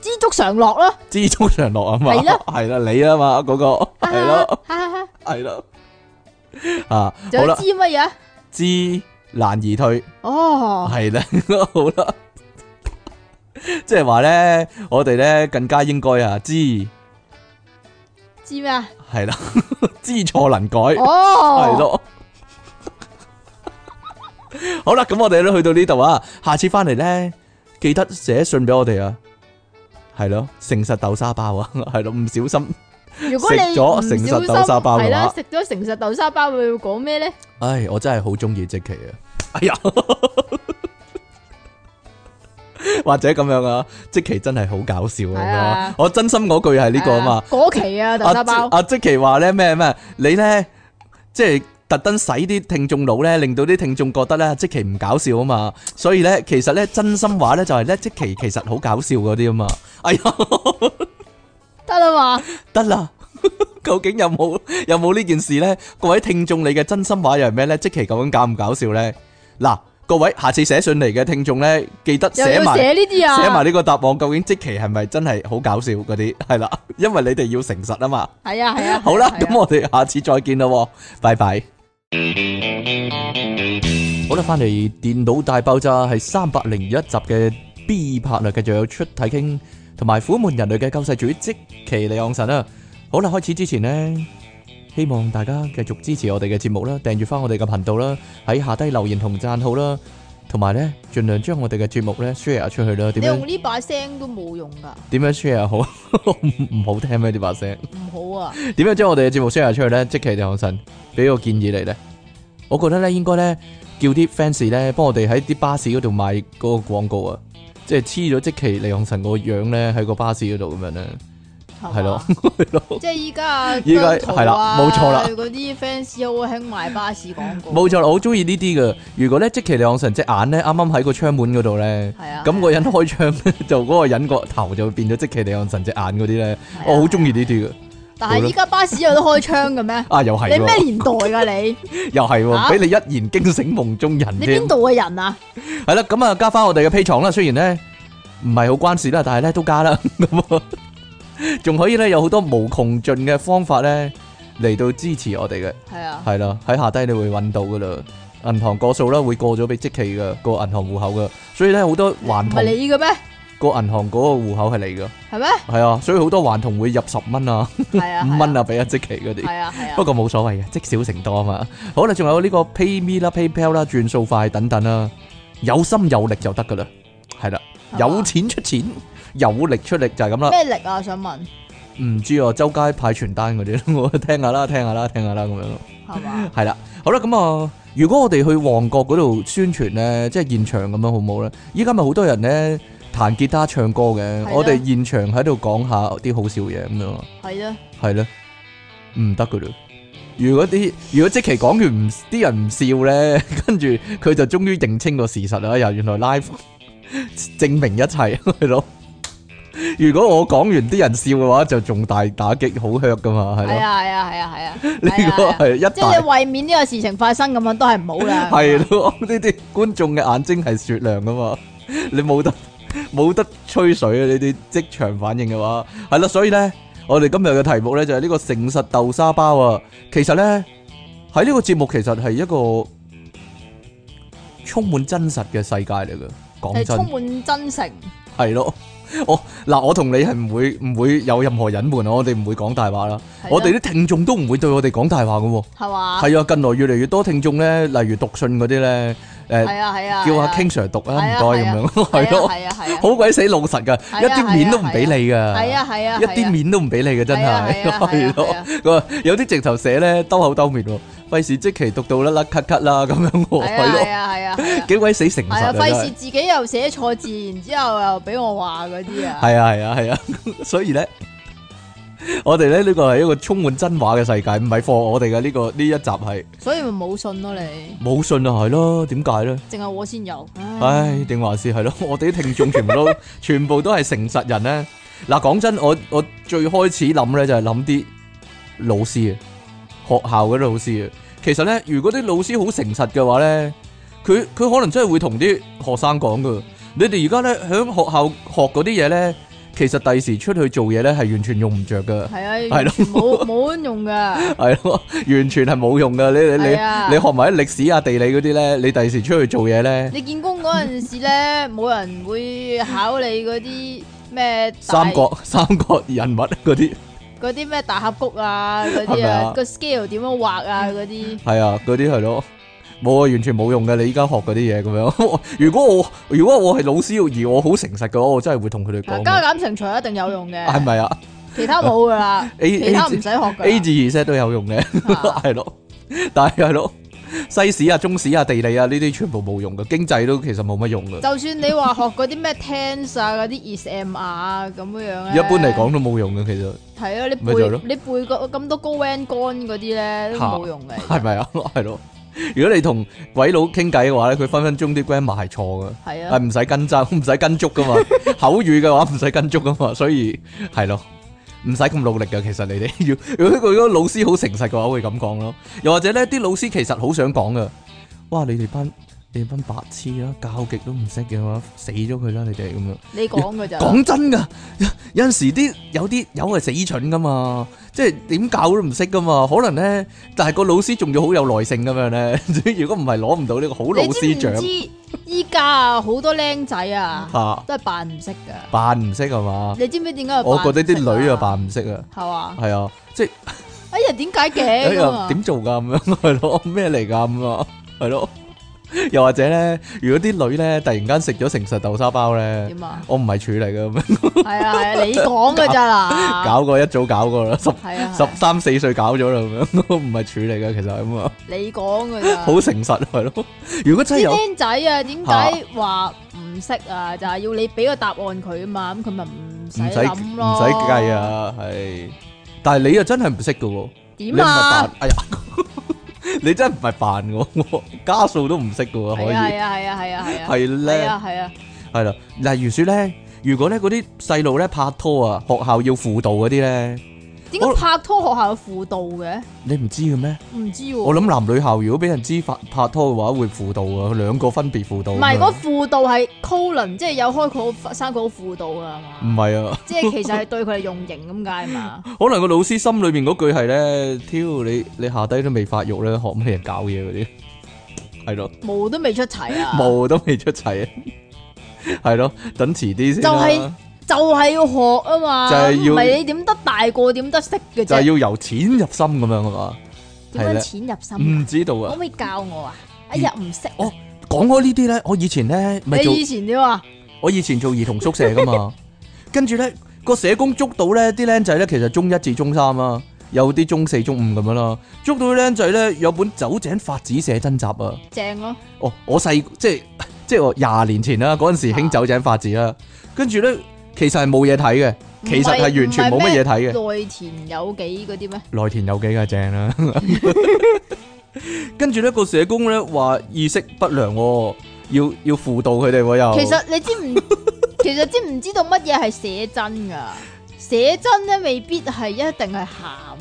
S2: 知足常樂咯，
S1: 知足常樂啊嘛，
S2: 係咯
S1: 係啦，你啊嘛嗰、個係咯
S2: 哈哈哈，
S1: 係咯啊，
S2: 仲
S1: 好
S2: 有
S1: 啦
S2: 知，乜嘢啊？
S1: 知難而退。
S2: 哦，
S1: 系啦， 好啦，即系话咧，我哋咧更加应该啊，知系
S2: 知咩啊？
S1: 啦， 知错能改，系
S2: 哦，
S1: 咯。好啦，咁我哋都去到呢度啊，下次翻嚟咧，记得写信俾我哋啊，系咯，诚实豆沙包啊，系咯，唔小心，
S2: 如果你
S1: 食咗
S2: 唔小心
S1: 誠實豆沙包嘅話
S2: 係啦，食咗誠實豆沙包，你會講咩咧？
S1: 唉，我真系好中意即奇啊，哎呀， 或者咁样啊，即奇真系好搞笑啊，咁樣
S2: 係
S1: 啊
S2: 啊
S1: 我真心嗰句系呢个啊嘛
S2: 係。果期啊豆沙包
S1: 阿，阿即奇話咧咩咩，你咧即係特登洗啲聽眾腦咧，令到啲聽眾覺得咧即奇唔搞笑啊嘛，所以咧其實咧真心話咧就係咧即奇其實好搞笑嗰啲啊嘛，哎呀
S2: 得啦嘛，
S1: 得啦。 究竟有冇有冇呢件事呢？各位聽眾，你嘅真心話又係咩呢？即奇究竟搞唔搞笑呢？嗱，各位下次寫信嚟嘅聽眾呢，記得
S2: 又
S1: 寫
S2: 要
S1: 埋
S2: 寫呢啲啊，
S1: 寫埋呢個答案，究竟即奇係咪真係好搞笑嗰啲？係啦，因為你哋要誠實啊嘛。
S2: 係啊係啊，
S1: 好啦，
S2: 係啊
S1: 咁我哋下次再見啦喎，拜拜。好啦，翻嚟《電腦大爆炸》係三百零一集嘅 B 拍啦，繼續有出體傾同埋虎門人類嘅救世主即其利昂神啦。好啦，開始之前呢，希望大家繼續支持我哋嘅節目啦，訂閱翻我哋嘅頻道啦，喺下低留言同讚好啦，同埋呢，盡量將我哋嘅節目呢 share 出去啦。
S2: 你
S1: 點樣
S2: 用呢把聲都冇用㗎，
S1: 點樣 share 好？ 唔唔好聽咩呢把聲？
S2: 唔好啊，
S1: 點樣將我哋嘅節目 share 出去咧？即其就神俾個建議你咧。我覺得咧應該咧叫啲 fans 咧幫我哋喺啲巴士嗰度賣嗰個廣告啊，即係黐咗即其利昂神個樣咧喺個巴士嗰度咁樣咧，
S2: 係
S1: 係
S2: 嘛
S1: 咯，係咯，
S2: 即係依家啊，
S1: 依家
S2: 姜濤
S1: 係啦
S2: 啊
S1: 冇錯啦
S2: 嗰啲 fans 好興賣巴士廣告，
S1: 冇錯啦，我好中意呢啲噶。如果咧即其利昂神隻眼咧啱啱喺個窗門嗰度咧，
S2: 係啊，
S1: 咁個人開窗咧就嗰個人個頭就變咗即其利昂神隻眼嗰啲咧，
S2: 係啊
S1: 我好中意呢啲噶。
S2: 但
S1: 好啦？
S2: 係依家巴士有得開窗嘅咩
S1: 啊，又係
S2: 你咩
S1: 喎，
S2: 年代㗎你？
S1: 又係
S2: 啊
S1: 喎，俾你一言驚醒夢中人
S2: 你
S1: 添
S2: 邊。度嘅人啊？
S1: 系啦， 咁啊加翻我哋嘅 P 床啦，雖然咧唔係好關事啦，但係咧都加啦，咁啊仲可以咧有好多無窮盡嘅方法咧嚟到支持我哋嘅，
S2: 係啊，
S1: 係啦，喺下低你會揾到噶啦，銀行個數啦會過咗俾即期嘅個銀行户口噶，所以咧好多還
S2: 唔係
S1: 同
S2: 你嘅咩？
S1: 個銀行嗰個户口係你噶，
S2: 係咩？
S1: 係啊，所以好多還同會入十蚊啊、
S2: 係啊，
S1: 五蚊
S2: 啊，
S1: 啊俾阿即期嗰啲。
S2: 係啊係啊
S1: 不。過冇所謂嘅，積少成多啊嘛。好啦，仲有呢個 PayMe 啦、PayPal 啦、轉數快等等啦，有心有力就得噶啦，係啦，
S2: 係嘛
S1: 有錢出錢，有力出力就係咁啦。
S2: 咩力啊？想問
S1: 唔知啊，周街派傳單嗰啲， 我聽下啦，聽下啦，聽下啦咁樣咯。
S2: 係嘛？
S1: 係啦，好啦，咁啊，如果我哋去旺角嗰度宣傳咧，即係現場咁樣好唔好咧？依家咪好多人咧彈吉他唱歌
S2: 啦
S1: 嘅，我哋現場喺度講下啲好笑嘢咁樣啊。
S2: 係啊，
S1: 系咧，唔得噶嘞。如果啲如果即期講完唔啲人唔笑咧， 跟住佢就終於認清個事實啦。又原來 live 證明一切 係咯。如果我講完啲人笑嘅話，就仲大打擊，好 hurt 噶嘛，係
S2: 係
S1: 咯。
S2: 啊，係啊，係啊，係啊，
S1: 呢
S2: 係啊
S1: 個係一
S2: 即係
S1: 大
S2: 你為免呢個事情發生咁樣都係唔好 啦。
S1: 係咯，呢啲觀眾嘅眼睛係雪亮噶嘛， 你冇得冇得吹水啊！呢啲即場反應嘅話，係啦，所以咧，我哋今日嘅題目咧就係呢個誠實豆沙包啊。其實咧喺呢個節目其實係一個充滿真實嘅世界嚟嘅，講
S2: 係
S1: 真
S2: 充滿真誠，
S1: 係咯。 我嗱，我同你係唔會唔會有任何隱瞞啊！我哋唔會講大話啦，
S2: 係
S1: 我哋
S2: 咯
S1: 啲聽眾都唔會對我哋講大話嘅喎。
S2: 係嘛？
S1: 係啊，近來越嚟越多聽眾咧，例如讀信嗰啲咧，誒
S2: 係啊係啊，
S1: 叫阿
S2: 係啊
S1: King Sir 讀啊，唔
S2: 係
S1: 該
S2: 啊
S1: 咁
S2: 係
S1: 樣，
S2: 啊
S1: 係咯，
S2: 係啊係啊，
S1: 好鬼死老實噶，
S2: 啊
S1: 一啲面都唔俾你噶，
S2: 係啊係啊，
S1: 一啲面都唔俾你噶，真
S2: 係啊
S1: 係
S2: 係啊係
S1: 係
S2: 啊係
S1: 咯
S2: 啊，
S1: 佢話有啲直頭寫咧兜口兜面喎，費事即期讀到甩甩咳咳啦咁樣喎，
S2: 係
S1: 係
S2: 啊係
S1: 咯，
S2: 啊 係啊係啊。
S1: 幾鬼死誠實
S2: 係
S1: 啊，
S2: 啊，
S1: 真
S2: 費事
S1: 係，
S2: 自己又寫錯字，然之後又俾我話嗰啲啊。
S1: 係啊係啊係 啊，所以咧。我哋咧呢個係一個充滿真話嘅世界，唔係貨我哋嘅呢個呢一集係
S2: 所以咪冇信咯你，
S1: 冇信啊，係咯？點解咧？
S2: 淨係我先有。唉，
S1: 唉，定還是係咯？我哋啲聽眾全部都全部都係誠實人咧。嗱，講真，我我最開始諗咧就係諗啲老師啊，學校嗰啲老師啊。其實咧，如果啲老師好誠實嘅話咧，佢佢可能真係會同啲學生講噶。你哋而家咧喺學校學嗰啲嘢咧，其實第時出去做嘢咧係完全用唔着噶，
S2: 系啊，
S1: 咯
S2: 完全冇冇乜用噶，
S1: 係咯，完全係冇用噶。你 你你
S2: 係啊
S1: 你學埋啲歷史啊、地理嗰啲咧，你第時出去做嘢咧。
S2: 你見工嗰陣 時咧，冇人會考你嗰啲咩大
S1: 三國三國人物嗰啲
S2: 嗰啲咩大峽谷啊嗰
S1: 係
S2: 啲
S1: 咪啊
S2: 啊個 scale 點樣畫啊嗰啲，
S1: 係啊，嗰啲係咯，冇啊，完全冇用嘅。你依家學嗰啲嘢咁樣， 如果我如果我係老師而我好誠實嘅話，我真係會同佢哋講
S2: 加
S1: 嘅，
S2: 減乘除一定有用嘅，
S1: 係咪啊
S2: 其他冇 噶啦，
S1: ？A
S2: 其
S1: A
S2: 他唔使
S1: 字
S2: 學噶。
S1: A 字 set 都有用嘅，
S2: 啊
S1: 係咯，但係係咯，西史啊、中史啊、地理啊呢啲全部冇用嘅，經濟都其實冇乜用嘅，
S2: 就算你話學嗰啲咩 tense 啊，嗰啲 is am 啊咁樣樣咧，
S1: 一般嚟講都冇用嘅，其實
S2: 係啊，你
S1: 咪就係咯
S2: 背你背個咁多高 and gone 嗰啲咧都冇用嘅，
S1: 係咪啊？ 係咯，如果你同鬼佬傾偈嘅話咧，佢分分鐘啲 grammar 係錯嘅。
S2: 係 啊
S1: 係，唔使跟揸，唔使跟足噶嘛。 口語嘅話唔使跟足噶嘛，所以係咯，唔使咁努力噶。其實你哋 要如果如果老師好誠實嘅話，會咁講咯。又或者咧，啲老師其實好想講噶，哇！你哋班你哋班白痴啦，教極都唔識嘅話，死咗佢啦！你哋咁樣。
S2: 你講噶咋？
S1: 講真噶，有有陣時啲有啲友係死蠢噶嘛，即係點教都唔識噶嘛。可能咧，但係個老師仲要好有耐性咁樣咧。 如果唔係攞唔到呢個好老師
S2: 你知唔
S1: 獎
S2: 知依家啊好多僆仔啊
S1: 嚇，
S2: 都係扮唔識噶？
S1: 扮唔識係嘛？
S2: 你知唔知點解佢扮唔識
S1: 我
S2: 啊？
S1: 覺得啲女啊扮唔識啊，
S2: 係嘛？
S1: 係啊，即係
S2: 哎呀，點解
S1: 哎
S2: 嘅咁
S1: 呀
S2: 啊？
S1: 點做㗎咁樣係咯，咩嚟㗎咁啊係咯，又或者咧，如果啲女咧突然間食咗誠實豆沙包咧，
S2: 點啊？
S1: 我唔係處理㗎咁樣，
S2: 係啊係啊，你講噶咋啦？
S1: 搞過一早 搞過啦，十
S2: 係啊，係啊
S1: 十三四歲搞咗啦咁樣，我唔係處理㗎其實咁啊，
S2: 你講噶咋？
S1: 好誠實係咯。如果真係
S2: 啲
S1: 有
S2: 僆仔啊，點解話唔識啊？就係要你俾個答案佢啊嘛，咁佢咪唔使
S1: 唔使
S2: 諗
S1: 唔
S2: 咯，
S1: 使計！啊，係，但係你又真係唔識㗎喎。
S2: 點
S1: 你唔
S2: 啊？
S1: 係扮，哎呀， 你真係唔係扮嘅，加數都唔識嘅喎，可
S2: 係啊係
S1: 以
S2: 啊係啊係啊係啊！
S1: 係
S2: 係
S1: 咧，
S2: 啊係啊，
S1: 係啦。例如說咧，如果咧嗰啲細路咧拍拖啊，學校要輔導嗰啲咧，
S2: 點解
S1: 我
S2: 拍拖學校有輔導嘅？
S1: 你唔知嘅咩？
S2: 唔知
S1: 我
S2: 喎。
S1: 諗男女校如果俾人知拍拍拖嘅話，會輔導啊，兩個分別輔導。
S2: 唔係，嗰輔導係 colon，即係有開佢生佢好輔導啊
S1: 唔
S2: 嘛，
S1: 係啊，
S2: 即係其實係對佢哋用刑咁解嘛。
S1: 可能個老師心裏面嗰句係咧，挑你你下低都未發育咧，學咩人搞嘢嗰啲，係咯，
S2: 毛都未出齊啊！
S1: 毛都未出齊啊，係咯，等遲啲先
S2: 就係
S1: 啦。
S2: 就係要學啊嘛，
S1: 就係要
S2: 唔係你點得大個點得識嘅
S1: 就係
S2: 啫，
S1: 要由淺入深咁樣啊
S2: 點
S1: 係
S2: 樣
S1: 啦
S2: 錢入
S1: 嘛，
S2: 心
S1: 唔
S2: 啊？
S1: 知道
S2: 可
S1: 啊
S2: 唔。可以教我啊？哎呀，唔識啊。
S1: 哦講開呢啲咧，我以前咧咪
S2: 你
S1: 做，
S2: 以前點啊？
S1: 我以前做兒童宿舍噶 嘛，跟住咧個社工捉到咧啲僆仔咧，其實中一至中三啊，有啲中四、中五咁樣啦，捉到啲僆仔咧有本酒井法子寫真集啊。
S2: 正咯，
S1: 哦，我細即係 即係我廿年前啦，嗰陣
S2: 啊
S1: 時興酒井法子啦，跟住咧其實係冇嘢睇嘅，其實係完全冇乜嘢睇嘅。
S2: 內田有幾嗰啲咩？
S1: 內田有幾個正 啦。跟住呢個社工咧話意識不良、喎，要要輔導佢哋喎又。
S2: 其實你知 唔？其實知唔知道乜嘢係寫真噶？寫真咧未必係一定係鹹，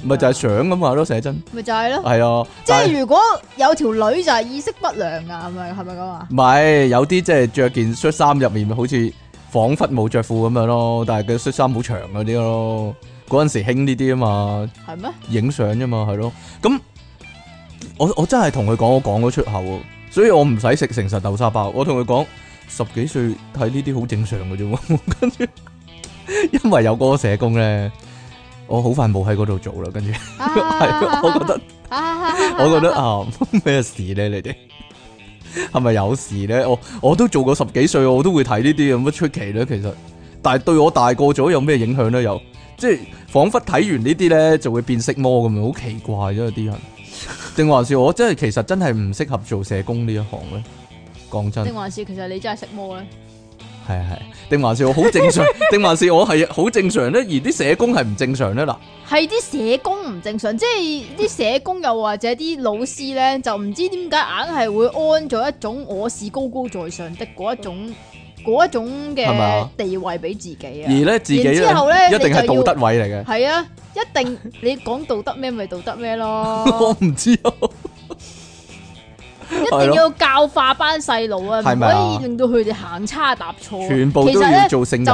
S1: 咪就係相咁話咯，寫真
S2: 咪就係咯。
S1: 係啊，
S2: 即
S1: 但係
S2: 係如果有條女就係意識不良啊，係咪係咪咁啊？
S1: 唔係有啲即係着件恤衫入面好似彷彿冇着褲咁樣咯，但係佢恤衫好長嗰啲咯。嗰陣時興呢啲啊嘛，
S2: 係咩？
S1: 影相啫嘛，係咯。咁我我真係同佢講，我講咗出口喎，所以我唔使食誠實豆沙包。我同佢講十幾歲睇呢啲好正常嘅啫喎。 跟住因為有嗰個社工咧，我好快冇喺嗰度做啦。跟住
S2: 啊
S1: 係，我覺得我覺得啊 咩事咧？你哋係咪有事咧？我我都做過十幾歲，我都會睇呢啲有乜出奇咧？其實，但係對我大個咗有咩影響咧？又即係彷彿睇完呢啲咧就會變色魔咁樣，好奇怪啫！有啲人定還是我真係其實真係唔適合做社工呢一行咧？講真，
S2: 定還是其實你真係識魔咧？
S1: 係係，定還是我好正 常？定還是我係好正常咧？而啲社工係唔正常咧？嗱，
S2: 係啲社工唔正常，即係啲社工又或者啲老師咧，就唔知點解硬係會安咗一種我是高高在上的嗰一種嗰一種
S1: 係咪
S2: 嘅
S1: 啊
S2: 地位俾自己啊
S1: 而。咧自己咧
S2: 然之後呢
S1: 一定係
S2: 你就要
S1: 道德位嚟嘅，
S2: 係啊，一定 你講道德咩咪道德咩
S1: 我
S2: 咯，
S1: 唔知
S2: 哦
S1: 啊，
S2: 一
S1: 係咯
S2: 定要教化班細路啊，
S1: 係
S2: 唔
S1: 咪啊
S2: 可以令到佢哋行差踏錯啊。
S1: 全部
S2: 其
S1: 都
S2: 實
S1: 要
S2: 咧
S1: 做聖人，
S2: 就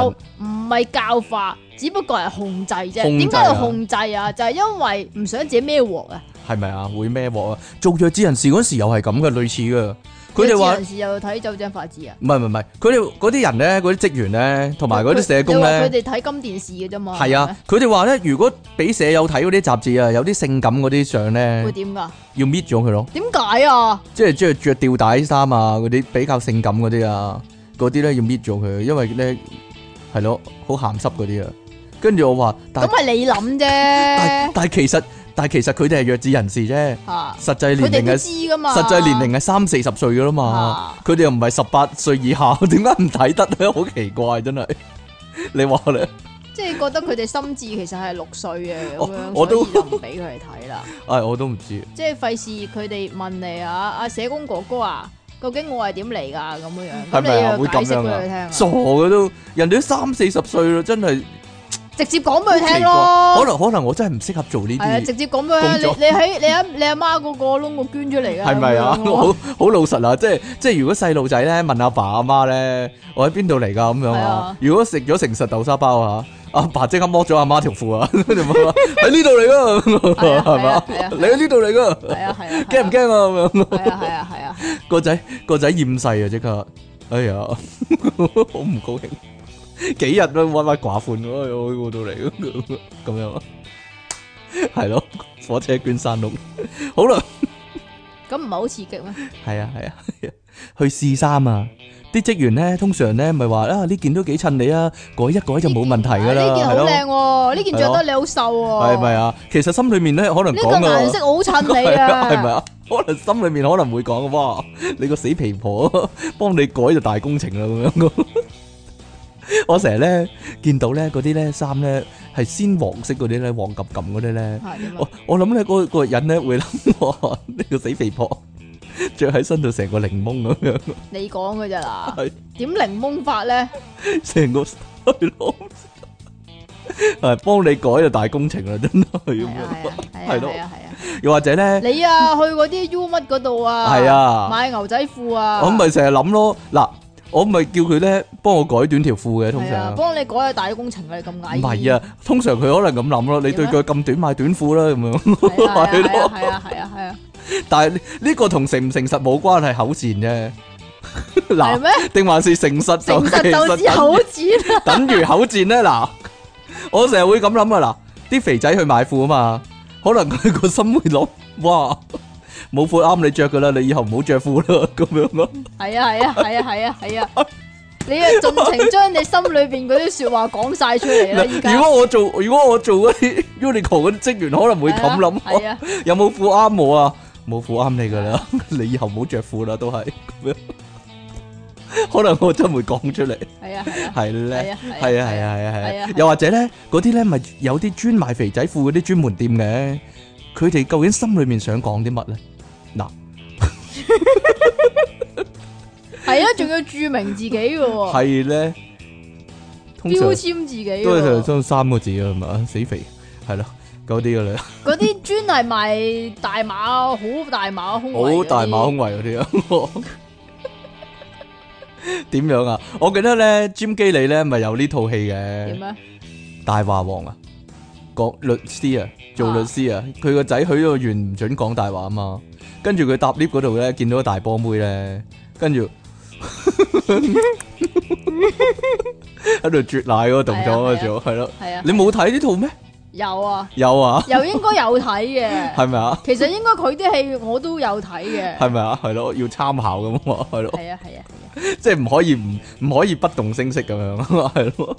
S2: 唔係教化，只不過係控制啫。
S1: 控制啊
S2: 點解要控制啊？就係因為唔想自己孭鑊啊。
S1: 係咪啊？會咩鑊啊？做弱智人士嗰時又係咁嘅，類似嘅。佢哋話
S2: 有時又睇酒井法子啊，
S1: 唔係唔係唔係，佢哋嗰啲人咧，嗰啲職員咧，同埋嗰啲社工
S2: 你話啊佢
S1: 咧，
S2: 哋睇金電視嘅啫嘛。
S1: 係啊，佢哋話咧，如果俾社友睇嗰啲雜誌啊，有啲性感嗰啲相
S2: 係咪，會
S1: 咧，
S2: 點噶？
S1: 要搣咗佢咯。
S2: 點解啊？
S1: 即係即係着吊帶衫啊，嗰啲比較性感嗰啲啊，嗰啲咧要搣咗佢，因為咧係咯，好鹹濕嗰啲啊。跟住我話，但
S2: 咁係你諗
S1: 但
S2: 啫，
S1: 但其實但其實佢哋係弱智人士啫，
S2: 吓
S1: 實際
S2: 佢
S1: 年齡
S2: 哋都
S1: 係
S2: 知噶嘛。
S1: 實際年齡係三四十歲噶啦嘛
S2: 啊，
S1: 佢哋又唔係十八歲以下， 點解唔睇得咧？好奇怪真係， 你話咧？
S2: 即係覺得佢哋心智其實係六歲嘅咁樣，
S1: 我我都
S2: 所以就唔俾佢哋睇啦。
S1: 唉，我都唔知，
S2: 即係費事佢哋問你啊，阿社工哥哥啊，究竟我係點嚟㗎咁樣樣，
S1: 係
S2: 咁
S1: 咪啊？
S2: 你
S1: 會
S2: 要解
S1: 咁
S2: 釋
S1: 樣
S2: 俾佢聽
S1: 啊？
S2: 啊，
S1: 傻嘅都，人哋都三四十歲啦，真係
S2: 直接講俾
S1: 好
S2: 佢
S1: 奇怪可
S2: 聽咯。
S1: 能可能我真係唔適合做呢
S2: 係啊，
S1: 啲。
S2: 直接講俾佢
S1: 工作
S2: 聽。你你喺你阿你阿媽嗰個窿度捐出嚟㗎，
S1: 係咪啊？
S2: 咁樣咯
S1: 好好老實啊，即係即係如果細路仔咧問阿爸阿媽咧，我喺邊度嚟㗎咁樣
S2: 係
S1: 啊
S2: 啊？
S1: 如果食咗誠實豆沙包啊，阿爸即刻剝咗阿媽條褲啊， 跟住話喺呢度嚟㗎，
S2: 係啊
S1: 係
S2: 係
S1: 嘛
S2: 啊係啊？
S1: 你喺呢度嚟㗎，
S2: 係啊係啊，
S1: 驚唔驚啊？咁樣
S2: 係啊係啊係啊，
S1: 個仔個仔厭世啊，即刻，哎 呀，好唔高興。幾日都鬱鬱寡歡，哎我嗰度嚟咁樣，係咯，火車捐山窿，好啦。
S2: 咁唔係好刺激咩？
S1: 係啊係啊，去試衫啊！啲職員咧通常咧咪話啊呢件都幾襯你啊，改一改就冇問題噶啦，
S2: 呢件
S1: 係
S2: 好
S1: 咯，
S2: 靚喎，呢件着得你好瘦喎，
S1: 係咪？啊？其實心裏面咧可能
S2: 呢
S1: 講
S2: 個
S1: 噶，
S2: 顏色好襯你啊，
S1: 係咪啊？可能心裏面可能會講哇，你個死皮婆，幫你改就大工程啦 咁樣。我成日咧見到咧嗰啲咧衫咧係鮮黃色嗰啲咧黃冚冚嗰啲咧。
S2: 係點啊
S1: 我我諗咧，嗰個人咧 會諗我呢個死肥婆着喺身度成個檸 檬咁樣，
S2: 你講嘅咋啦
S1: 係？
S2: 點檸檬法咧？
S1: 成個係咯，係幫你改就大工程啦，真係咁
S2: 係啊係
S1: 樣
S2: 啊。係
S1: 係
S2: 啊
S1: 咯
S2: 係啊係啊！
S1: 又或者咧，
S2: 你啊去嗰啲 U 乜嗰度啊？
S1: 係啊，
S2: 買牛仔褲啊！
S1: 我咪成日諗咯，嗱，我咪叫佢咧幫我改短條褲嘅，通
S2: 係
S1: 常，。
S2: 啊幫你改下大工程啊！你咁矮，
S1: 唔係啊，通常佢可能咁諗咯，你對腳咁短買短褲啦咁樣。
S2: 係啊，
S1: 係
S2: 係
S1: 咯
S2: 啊，係啊，係啊，係啊，
S1: 但係呢呢個同誠唔誠實冇關係，口善啫。
S2: 係
S1: 嗱，
S2: 咩？
S1: 定還是誠實就
S2: 誠實
S1: 其
S2: 就
S1: 實
S2: 知
S1: 等
S2: 口齒啦，
S1: 等於口賤咧 嗱，我成日會咁諗啊嗱，啲肥仔去買褲啊嘛，可能佢個心會諗，哇，冇褲啱你着噶啦，你以後唔好着褲啦，咁樣咯，
S2: 係啊，係啊，係啊，係啊，係啊，你啊盡情將你心裏邊嗰啲說話講晒出嚟啦！而
S1: 嗱
S2: 家
S1: 如果我做，如果我做嗰啲 Uniqlo 嗰啲職員，可能會咁諗，哦
S2: 係啊，
S1: 有冇褲啱我啊？冇褲啱你噶啦， 你以後唔好着褲啦，都係 咁樣，可能我真會講出嚟，
S2: 係啊，係啊，
S1: 係咧係啊
S2: 係。啊，
S1: 係啊係啊係
S2: 係
S1: 啊
S2: 啊！
S1: 又或者咧，嗰啲咧咪有啲專賣肥仔褲嗰啲專門店嘅，佢哋究竟心裏面想講啲乜咧？嗱，
S2: 係啊，仲要注明自己嘅喎，
S1: 係咧，通常
S2: 哦標籤自己嘅
S1: 都係
S2: 喎。
S1: 都三個字啊，係嘛？死肥係咯，嗰啲噶啦，
S2: 嗰啲專係賣大碼，好大碼胸圍嗰啲
S1: 好大馬胸圍嗰 啲啊！點樣啊？我記得咧，Jim 基里咧咪有呢套戲
S2: 點
S1: 嘅
S2: 啊？
S1: 《大話王》啊，講律師啊，做律師啊，佢個仔許咗個願唔准講大話啊嘛，跟住佢搭 lift 嗰度咧，見到個大波妹咧，跟 住喺度啜奶嗰個動作
S2: 係啊
S1: 啊
S2: 係啊
S1: 做，係咯，
S2: 係啊，
S1: 你冇睇呢套咩？
S2: 有啊，
S1: 有啊，
S2: 又應該有睇嘅。
S1: 係咪啊？
S2: 其實應該佢啲戲我都有睇嘅。
S1: 係咪啊？係咯，要參考咁嘛，係咯，
S2: 係啊係啊係啊，
S1: 即係唔可以唔唔可以不動聲色咁樣， 係咯，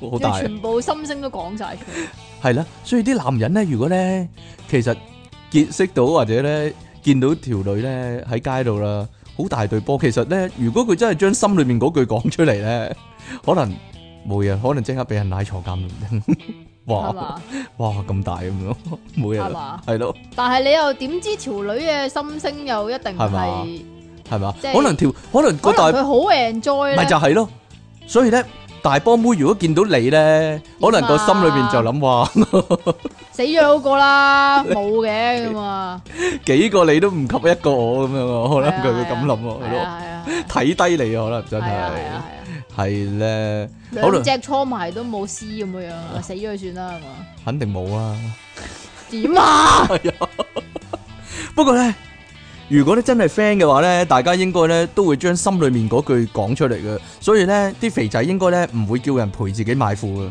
S1: 好
S2: 要
S1: 大啊。
S2: 全部心聲都講晒出嚟。
S1: 係啦，所以啲男人咧，如果咧，其實結識到或者咧見到條女咧喺街度啦，好大對波，其實咧，如果佢真係將心裏面嗰句講出嚟咧， 可能冇嘢，可能即刻俾人拉坐監咁。
S2: 係
S1: 哇
S2: 嘛？
S1: 哇咁大咁樣， 冇嘢
S2: 係
S1: 啦，
S2: 嘛？
S1: 係咯，
S2: 但係你又點知條女嘅心聲又一定
S1: 係嘛
S2: 係？
S1: 係嘛？
S2: 即係
S1: 可能條可能個
S2: 可
S1: 大
S2: 能佢好 enjoy
S1: 咪就
S2: 咧，
S1: 係咯，所以咧，大波妹如果見到你咧，可能個心裏面就諗哇，
S2: 死咗嗰個啦， 冇嘅咁啊，
S1: 幾個你都唔及一個 我咁樣喎，可
S2: 係
S1: 能
S2: 啊
S1: 佢會咁諗喎，
S2: 係
S1: 係咯
S2: 啊係啊係啊
S1: 睇低你啊，可能真
S2: 係啊
S1: 係
S2: 係啊係啊，
S1: 係咧，好啦
S2: 兩隻搓埋都冇絲咁 樣啊，死咗佢算啦係嘛？
S1: 肯定冇啊。
S2: 點啊？
S1: 不過咧，如果你真係 friend 嘅話咧，大家應該咧都會將心裏面嗰句講出嚟嘅，所以咧啲肥仔應該咧唔會叫人陪自己買褲嘅，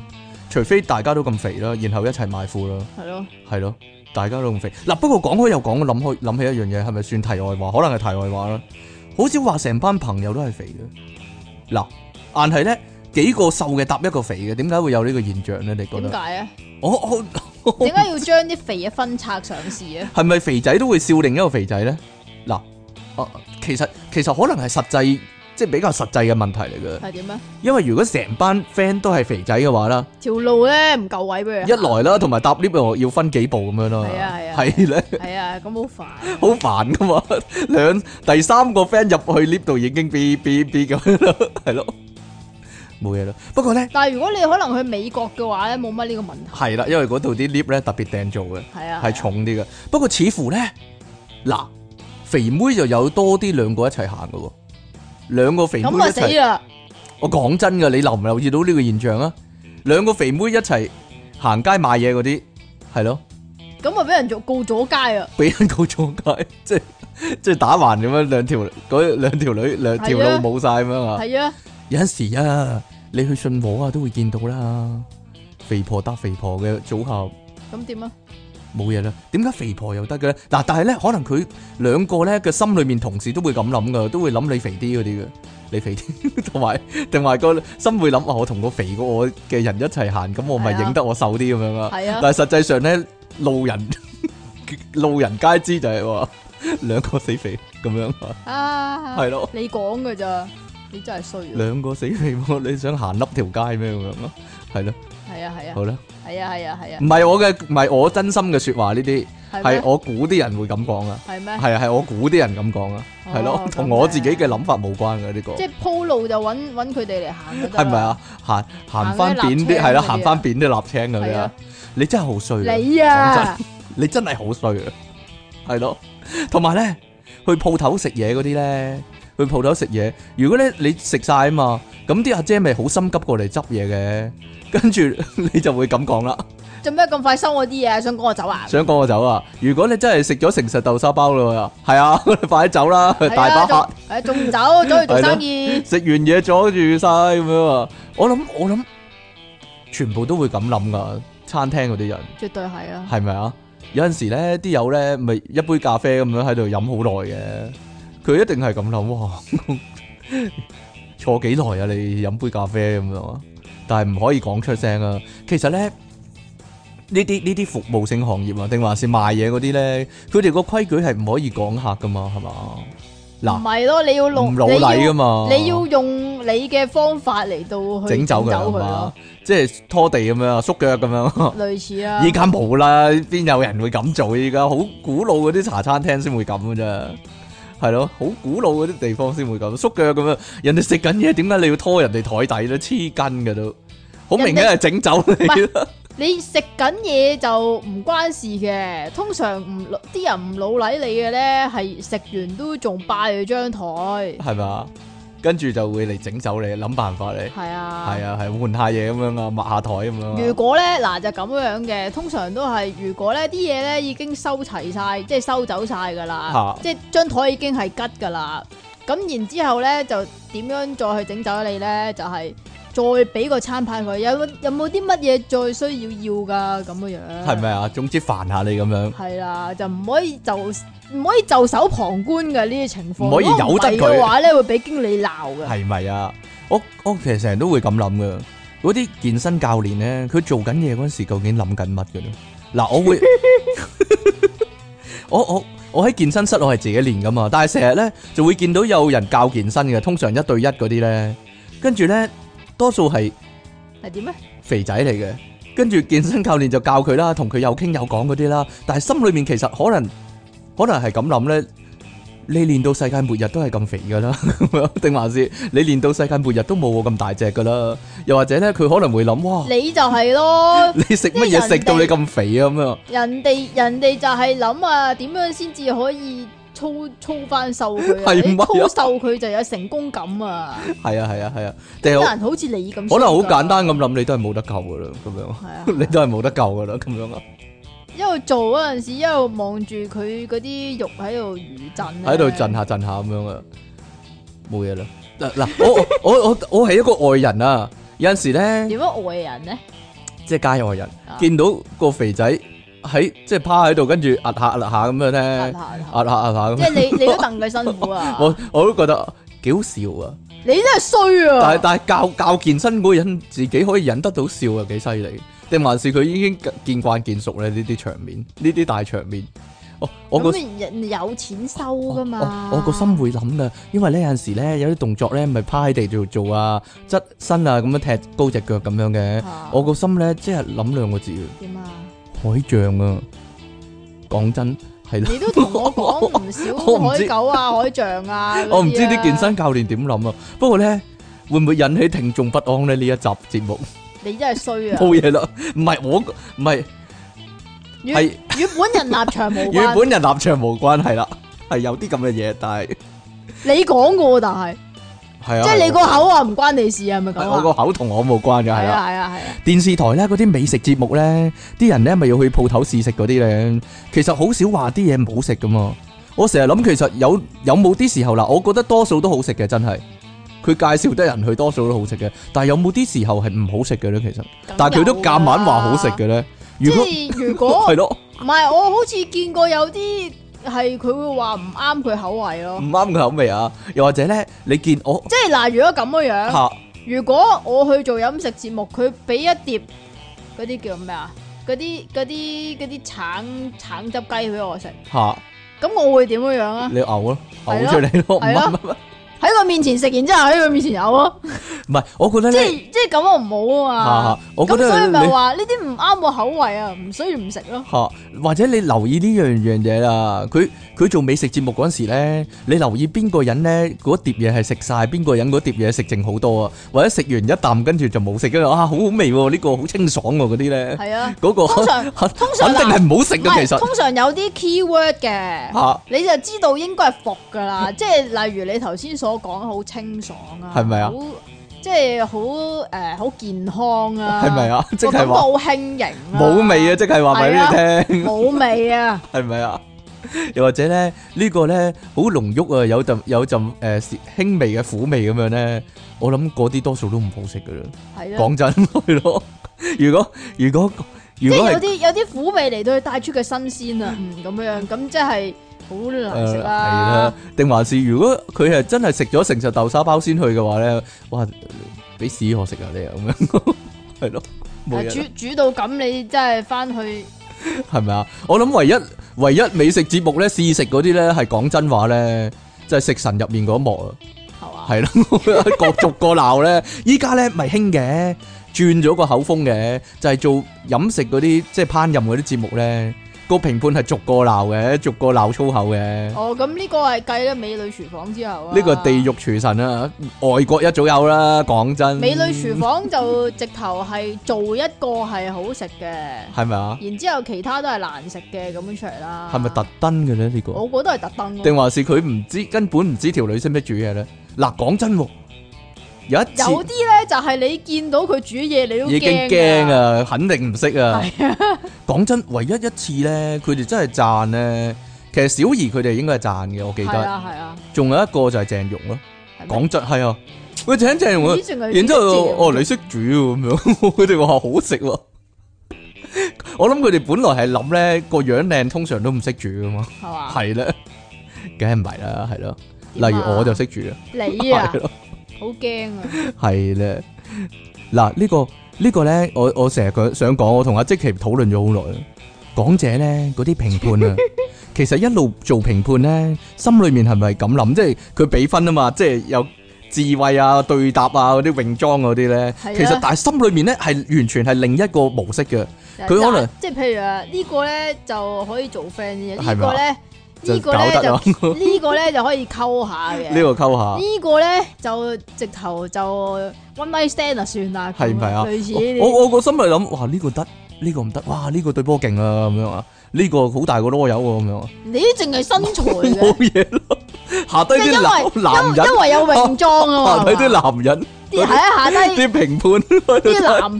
S1: 除非大家都咁肥啦，然後一齊買褲啦。
S2: 係咯，
S1: 係咯，大家都咁肥。嗱，不過講開又講，諗開諗起一樣嘢，係咪算題外話？可能係題外話啦。好少話成班朋友都係肥嘅。嗱，但係咧幾個瘦嘅搭一個肥嘅，點解會有呢個現象咧？你覺
S2: 點
S1: 得？
S2: 解啊？
S1: 我我
S2: 點解要將啲肥嘢分拆上市啊？
S1: 係咪肥仔都會笑另一個肥仔咧？嗱，啊，其實其實可能係實際，即係比較實際嘅問題嚟嘅。
S2: 係點啊？
S1: 因為如果成班 friend 都係肥仔嘅話啦，
S2: 條路咧唔夠位俾佢
S1: 一
S2: 行。
S1: 來啦，同埋搭 lift 又要分幾步咁樣啦，
S2: 係啊係啊
S1: 係咧。
S2: 係啊，咁好煩。
S1: 好煩噶嘛， 兩第三個 friend 入去 lift 度已經 B B B 咁樣咯， 係咯，冇嘢啦。不過咧
S2: 但係如果你可能去美國嘅話咧，冇乜呢個問題。
S1: 係啦，因為嗰度啲 lift 咧特別訂做嘅，
S2: 係啊，
S1: 係重啲嘅。不過似乎咧嗱，肥妹就有多啲兩個一齊行嘅喎，兩個肥妹一
S2: 咁啊死
S1: 齊。
S2: 啦！
S1: 我講真噶，你留唔留意到呢個現象啊？兩個肥妹一齊行街買嘢嗰啲，係咯。
S2: 咁啊俾人做告咗街啊！
S1: 俾人告狀街，即係即係打橫咁樣，兩條嗰兩條女兩條路
S2: 係啊
S1: 冇晒咁樣啊！
S2: 係啊，
S1: 有陣時啊，你去信和啊都會見到啦，肥婆搭肥婆嘅組合
S2: 咁點啊？
S1: 冇嘢啦。點解肥婆又得嘅咧？嗱，但係咧，可能佢兩個咧嘅心裏面同時都會咁諗噶，都會諗你肥啲嗰啲嘅， 你肥啲，同埋同埋個心會諗啊，我同個肥過我嘅人一齊行，咁我咪
S2: 係啊
S1: 影得我瘦啲咁樣啊。
S2: 係啊，
S1: 但系實際上咧，路人 路人皆知就係話兩個死肥咁樣，
S2: 啊
S1: 係咯，
S2: 你講噶咋？你真係衰啊！
S1: 兩個死肥喎，你想行笠條街咩咁樣咯？係咯，
S2: 係啊係啊
S1: 好啦，
S2: 係啊係啊係啊
S1: 唔係我嘅，唔係我真心嘅说話呢啲，
S2: 係
S1: 係
S2: 咩？
S1: 我估啲人會咁講啊，
S2: 係咩？
S1: 係啊係我估啲人咁講啊，
S2: 哦
S1: 係咯
S2: 咁，
S1: 同我自己嘅諗法冇關嘅呢個，
S2: 即係鋪路就揾揾佢哋嚟行就得啦
S1: 係咪？啊？行行翻扁
S2: 行嗰啲立
S1: 啲，
S2: 青
S1: 係啦，
S2: 嗰啲啊
S1: 行翻扁啲立青嗰啲
S2: 係
S1: 啊
S2: 啊，
S1: 你真係好衰啊！
S2: 你啊，
S1: 你真係好衰啊！係咯，同埋咧，去鋪頭食嘢嗰啲咧，去鋪頭食嘢，如果咧你食晒啊嘛，咁啲阿姐咪好心急過嚟執嘢嘅，跟住你就會咁講啦，
S2: 做咩咁快收我啲嘢？想趕我走啊？
S1: 想趕我走啊！如果你真係食咗誠實豆沙包啦，係啊， 快啲走啦，
S2: 係啊
S1: 大把客。，
S2: 仲誒仲唔走？走去做生意。
S1: 食完嘢阻住晒咁樣啊！我諗我諗，全部都會咁諗噶，餐廳嗰啲人。
S2: 絕對係啊！
S1: 係咪啊？有陣時咧，啲友咧咪一杯咖啡咁樣喺度飲好耐嘅，佢一定係咁諗哇， 坐幾耐啊？你飲杯咖啡咁樣啊？但係唔可以講出聲啊。其實咧，呢啲呢啲服務性行業啊，定還是賣嘢嗰啲咧，佢哋個規矩係唔可以講客噶嘛，係嘛？
S2: 唔
S1: 嗱，
S2: 係咯，你要弄
S1: 唔老禮噶嘛，
S2: 你要用你嘅方法嚟到去
S1: 整走佢係
S2: 整走
S1: 嘛
S2: 佢咯，？
S1: 即係拖地咁樣啊，縮腳咁樣啊。
S2: 類似啊。
S1: 依家冇啦，邊有人會咁做？依家好古老嗰啲茶餐廳先會咁嘅啫，係咯，好古老嗰啲地方先會咁縮腳咁樣。人哋食緊嘢，點解你要拖人哋台底咧？黐筋嘅都，好明顯係整走你
S2: 唔
S1: 啦。
S2: 你食緊嘢就唔關事嘅，通常唔啲人唔老禮你嘅咧，係食完都仲霸住張台，係
S1: 係咪啊？跟住就會嚟整走你，諗辦法你。
S2: 啊，
S1: 係啊，係換下嘢咁樣啊，抹下台咁樣
S2: 如
S1: 啊。
S2: 果咧嗱就咁樣嘅，通常都係如果咧啲嘢咧已經收齊晒，即係收走晒㗎啦
S1: 嚇，
S2: 即係張台已經係吉㗎啦。咁然之後咧就點樣再去整走你咧？就係、再俾個餐牌佢，有有冇啲乜嘢再需要要㗎咁樣樣？
S1: 係咪啊？總之煩下你咁樣，
S2: 系啦，就唔可以就唔可以袖手旁觀嘅呢啲情況。
S1: 唔可以
S2: 如果
S1: 由得佢
S2: 係嘅話咧，會俾經理鬧嘅。
S1: 係咪啊？我我其實成日都會咁諗嘅。嗰啲健身教練咧，佢做緊嘢嗰陣時，究竟諗緊乜嘅咧？嗱，我會， 我我我喺健身室我係自己練噶嘛，但係成日咧就會見到有人教健身嘅，通常一對一嗰啲咧，跟住咧多數係
S2: 係點咧？
S1: 肥仔嚟嘅，跟住健身教練就教佢啦，同佢有傾有講嗰啲啦，但係心裏面其實可能可能係咁諗咧，你練到世界末日都係咁肥噶啦，定還是你練到世界末日都冇我咁大隻噶啦？又或者咧，佢可能會諗，哇，
S2: 你就係咯，
S1: 你食乜嘢食到你咁肥啊？咁樣
S2: 人哋人哋就係諗啊，點樣先至可以操操翻瘦佢啊？
S1: 係
S2: 你
S1: 咪啊
S2: 操瘦佢就有成功感啊！
S1: 係啊係啊係啊，定
S2: 啲
S1: 係
S2: 人好似你咁，
S1: 可能好簡單，咁諗，你都係冇得救噶啦， 咁樣，
S2: 係 啊
S1: 你都係冇得救噶啦，咁樣啊，
S2: 一路做嗰陣時，一路望住佢嗰啲肉喺度餘震，啊
S1: 喺度震。下震下咁樣啊，冇嘢啦。嗱嗱，我我我我係一個外人啊，有陣時咧。
S2: 點解外人咧？
S1: 即係街外人，
S2: 啊
S1: 見到個肥仔喺即係趴喺度，跟住壓下壓下咁樣咧，
S2: 嚇嚇
S1: 壓下壓下咁
S2: 即
S1: 樣。
S2: 係你你都戥佢辛苦啊！
S1: 啊 我我都覺得幾好笑啊！
S2: 你真係衰啊！
S1: 但係但係教教健身嗰個人自己可以忍得到笑啊，幾犀利！定還是佢已經見慣見熟咧呢啲場面，呢啲大場面。我我個
S2: 咁你人有錢
S1: Ờ,
S2: 收噶嘛？
S1: 我我個心會諗噶，因為咧有陣時咧有啲動作咧咪趴喺地度做啊，側身啊咁樣踢高隻腳咁樣嘅。
S2: 啊
S1: 我個心咧即係諗兩個字啊
S2: 點啊？
S1: 海象啊！講真係啦。
S2: 你都同 我講唔
S1: 我
S2: 少
S1: 唔知
S2: 海狗啊、海象啊嗰啲啊，
S1: 我唔知啲健身教練點諗啊，不過咧會唔會引起聽眾不安咧？呢一集節目
S2: 你真係衰啊！
S1: 冇嘢啦，唔係我唔係
S2: 與
S1: 係
S2: 與本人立場 無
S1: 與
S2: 關，
S1: 本人立場無關係啦，係有啲咁嘅嘢，但係
S2: 你講過，但係
S1: 係啊，
S2: 即係你
S1: 個
S2: 個口啊，唔關你事啊，係咪咁
S1: 我
S2: 啊
S1: 個？口同我冇關嘅係
S2: 係
S1: 啦。
S2: 啊係啊係啊！
S1: 電視台咧嗰啲美食節目咧，啲人咧咪要去鋪頭試食嗰啲咧，其實好少話啲嘢唔好食噶嘛。我成日諗其實有有冇啲時候嗱，我覺得多數都好食嘅，真係佢介紹得人去多數都好食嘅，但係有冇啲時候係唔好食嘅咧？其實？但係佢都夾硬話好食嘅咧。如
S2: 梗有
S1: 果
S2: 啦。
S1: 係
S2: 即係如果
S1: 咯，
S2: 唔係，我好似見過有啲係佢會話唔啱佢口味
S1: 唔
S2: 咯。
S1: 啱佢口味啊，又或者咧，你見我
S2: 即係嗱，如果咁嘅樣。
S1: 嚇
S2: 如果我去做飲食節目，佢俾一碟嗰啲叫咩啊？嗰啲嗰啲嗰啲橙橙汁雞俾我食，
S1: 嚇，
S2: 咁我會點樣樣啊？
S1: 你嘔咯，
S2: 係
S1: 嘔
S2: 咯
S1: 出嚟咯，唔
S2: 係咯
S1: 啱唔啱
S2: 喺佢面前食，然之後喺佢面前 有咯，
S1: 唔係，我覺得
S2: 即
S1: 咧
S2: 係即係咁我唔好
S1: 嚇
S2: 啊
S1: 嚇
S2: 嘛。，
S1: 我覺
S2: 咁所
S1: 得
S2: 以咪
S1: 你
S2: 話呢啲唔啱我口味啊，唔需要唔食咯。
S1: 嚇，或者你留意呢樣樣嘢啦。佢佢做美食節目嗰陣時咧，你留意邊個人咧嗰碟嘢係食晒，邊個人嗰碟嘢食剩好多啊，或者食完一啖跟住就冇食，跟住啊好好味喎，呢個好清爽喎嗰啲咧，
S2: 係啊，
S1: 嗰個
S2: 通常
S1: 肯
S2: 通常
S1: 肯定係唔 好食
S2: 唔
S1: 嘅，
S2: 係
S1: 其實
S2: 通常有啲 keyword 嘅，
S1: 嚇
S2: 你就知道應該係服 噶啦。即係例如你頭先所講好清爽啊，
S1: 係咪啊
S2: 好？即係好誒好健康啊，
S1: 係咪啊？即係話。
S2: 冇輕盈啊，
S1: 冇味啊，即係話俾你聽，
S2: 冇味啊，
S1: 係咪啊？又或者咧，呢個咧好濃郁啊，有陣有陣誒輕微嘅苦味咁樣咧，我諗嗰啲多數都唔好食噶啦。
S2: 係啊，
S1: 講真係咯，如果如果
S2: 即
S1: 如果
S2: 係有
S1: 係
S2: 啲有啲苦味嚟到去帶出佢新鮮啊，嗯咁樣，咁即係好難食
S1: 誒
S2: 啊
S1: 係啦
S2: 啦，，
S1: 定還是如果佢係真係食咗成隻豆沙包先去嘅話咧，哇！俾屎我食啊你啊 咁樣，係咯，冇
S2: 係
S1: 嘢啦，
S2: 啊煮煮到咁，你真係翻去
S1: 係咪啊？我諗唯一唯一美食節目咧試食嗰啲咧係講真話咧，就係食神入面嗰一幕啊！
S2: 係嘛？
S1: 系咯， 各逐個鬧咧。依家咧咪興嘅，轉咗個口風嘅，就係、做飲食嗰啲即係烹飪嗰啲節目咧，個評判係逐個鬧嘅，逐個鬧粗口嘅。呢
S2: 哦，咁呢個係計咗美女廚房之後啊，
S1: 個地獄廚神啊，外國一早有啦，講真。
S2: 美女廚房就直頭係做一個係好食嘅，
S1: 係咪啊？
S2: 然之後其他都係難食嘅咁樣出嚟啦，
S1: 係咪特？登嘅咧？呢、個
S2: 我覺得係特登
S1: 定
S2: 咯，
S1: 還是佢唔知根本唔知條女識唔識煮嘢咧？嗱，講真喎，有一
S2: 有
S1: 次
S2: 啲咧就係你見到佢煮嘢，你都
S1: 已經
S2: 驚㗎
S1: 驚啊，肯定唔識啊。講真，唯一一次咧，佢哋真係讚咧。其實小儀佢哋應該係讚嘅，我記
S2: 係
S1: 得。
S2: 啊係啊，
S1: 仲有一個就係鄭融咯，
S2: 係咩
S1: 講真係啊，佢請鄭融啊
S2: 咦，仲有
S1: 然之後
S2: 呢個
S1: 哦你識煮喎咁樣， 佢哋話好食喎。 我諗佢哋本來係諗咧個樣靚，通常都唔識煮噶嘛，
S2: 係嘛？
S1: 係咧，梗係唔係啦，係咯。
S2: 啊點啊
S1: 例如我就識煮啊，
S2: 你啊
S1: 係，咯。
S2: 好驚啊！
S1: 系咧，嗱、呢個、呢個咧，我我成日佢想講，我同阿積奇討論咗好耐啦。港姐咧嗰啲評判啊， 其實一路做評判咧，心裏面係咪咁諗？即係佢俾分啊嘛，即係有智慧啊、對答啊嗰啲泳裝嗰啲咧，
S2: 係啊
S1: 其實但係心裏面咧係完全係另一個模式嘅，
S2: 佢
S1: 可能
S2: 即係譬如啊，呢個咧就可以做 friend 嘅，
S1: 係
S2: 呢
S1: 咪啊
S2: 個咧
S1: 就
S2: 呢個
S1: 搞
S2: 咧
S1: 得啦，
S2: 呢個咧就可以溝下嘅。
S1: 呢個啊溝下。
S2: 呢個咧就直頭就 one night stand 啊，算啦，
S1: 係咪啊
S2: 咁類似呢
S1: 我
S2: 啲，
S1: 我我個心咪諗，哇呢個得，呢個唔得，哇呢個對波勁啊咁樣啊，呢個好大個啰柚喎咁樣啊，
S2: 你淨係身材
S1: 冇
S2: 嘅，
S1: 嘢咯。下低
S2: 即係因
S1: 啲
S2: 為
S1: 男男
S2: 因
S1: 人，
S2: 因為有泳裝啊
S1: 下
S2: 嘛，
S1: 低
S2: 係嘛
S1: 啲男人，
S2: 啲係啊下低
S1: 啲 評判喺度
S2: 啲
S1: 睇
S2: 男評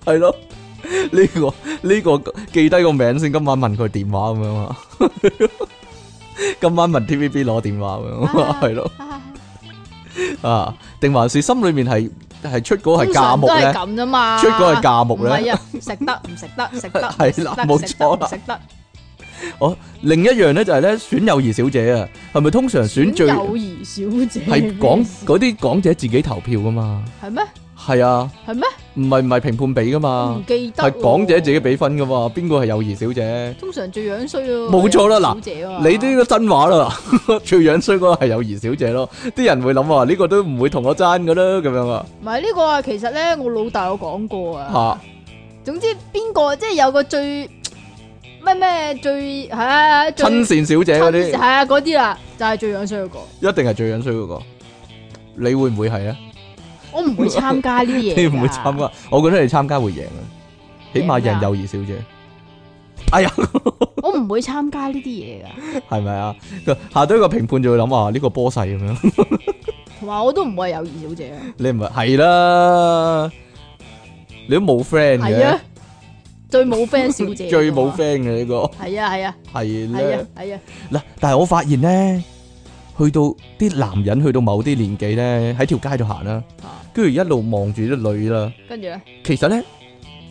S2: 判，
S1: 係咯，呢、個呢、個記低個名先，今晚問佢電話咁樣 啊。今晚問 TVB 攞電話咁樣 啊，
S2: 啊
S1: 係咯
S2: 啊
S1: 啊，定還是心裏面係係出嗰係價
S2: 通常
S1: 目
S2: 都係
S1: 咧？
S2: 咁啫嘛，
S1: 出嗰係價目
S2: 唔係
S1: 咧？
S2: 啊，食得唔食得，食得
S1: 係啦
S2: 食得
S1: 冇
S2: 食得
S1: 錯啦
S2: 唔食得
S1: 另一樣咧就係咧選友誼小姐啊，係咪通常選最係
S2: 友誼小姐
S1: 講嗰啲港姐自己投票噶嘛？
S2: 係咩？
S1: 係啊，
S2: 係咩？
S1: 唔係唔係評判俾噶
S2: 我
S1: 嘛
S2: 唔？記得
S1: 係港姐自己
S2: 喎，
S1: 俾分噶嘛？邊個係友誼小姐？
S2: 通常最樣衰喎，
S1: 冇錯啦嗱
S2: 友誼小姐啊嘛
S1: 你呢個真話啦， 最樣衰嗰個係友誼小姐咯，啲人會諗話呢個都唔會同我爭噶啦，咁樣啊，
S2: 唔係呢個啊，其實咧我老豆有講過啊。
S1: 吓
S2: 总之边个即系有个最咩咩最系啊最
S1: 親善小姐嗰啲
S2: 系啊嗰啲啦，就系、最样衰嗰个。
S1: 一定係最樣衰嗰個，你會唔會係啊？
S2: 我唔会参加呢啲嘢。
S1: 你唔會參？加？我覺得你參加會贏啊，起碼
S2: 贏咩
S1: 贏
S2: 啊
S1: 友誼小姐。哎呀，
S2: 我唔会参加呢啲嘢噶，
S1: 係咪啊？下低個評判就會諗話啊呢個波勢咁樣，
S2: 同埋我都唔会系友谊小姐啊。
S1: 你唔係係啦，你都冇 friend
S2: 系啊
S1: 嘅，，
S2: 最冇 friend 小姐。
S1: 最冇。friend 嘅呢個
S2: 系啊系啊
S1: 係
S2: 系
S1: 咧
S2: 啊。系啊，
S1: 嗱，但系我發現咧，去到啲男人去到某啲年紀咧，喺條街度行啦
S2: 啊，
S1: 跟住一路望住啲女啦。
S2: 跟住咧，
S1: 其實咧，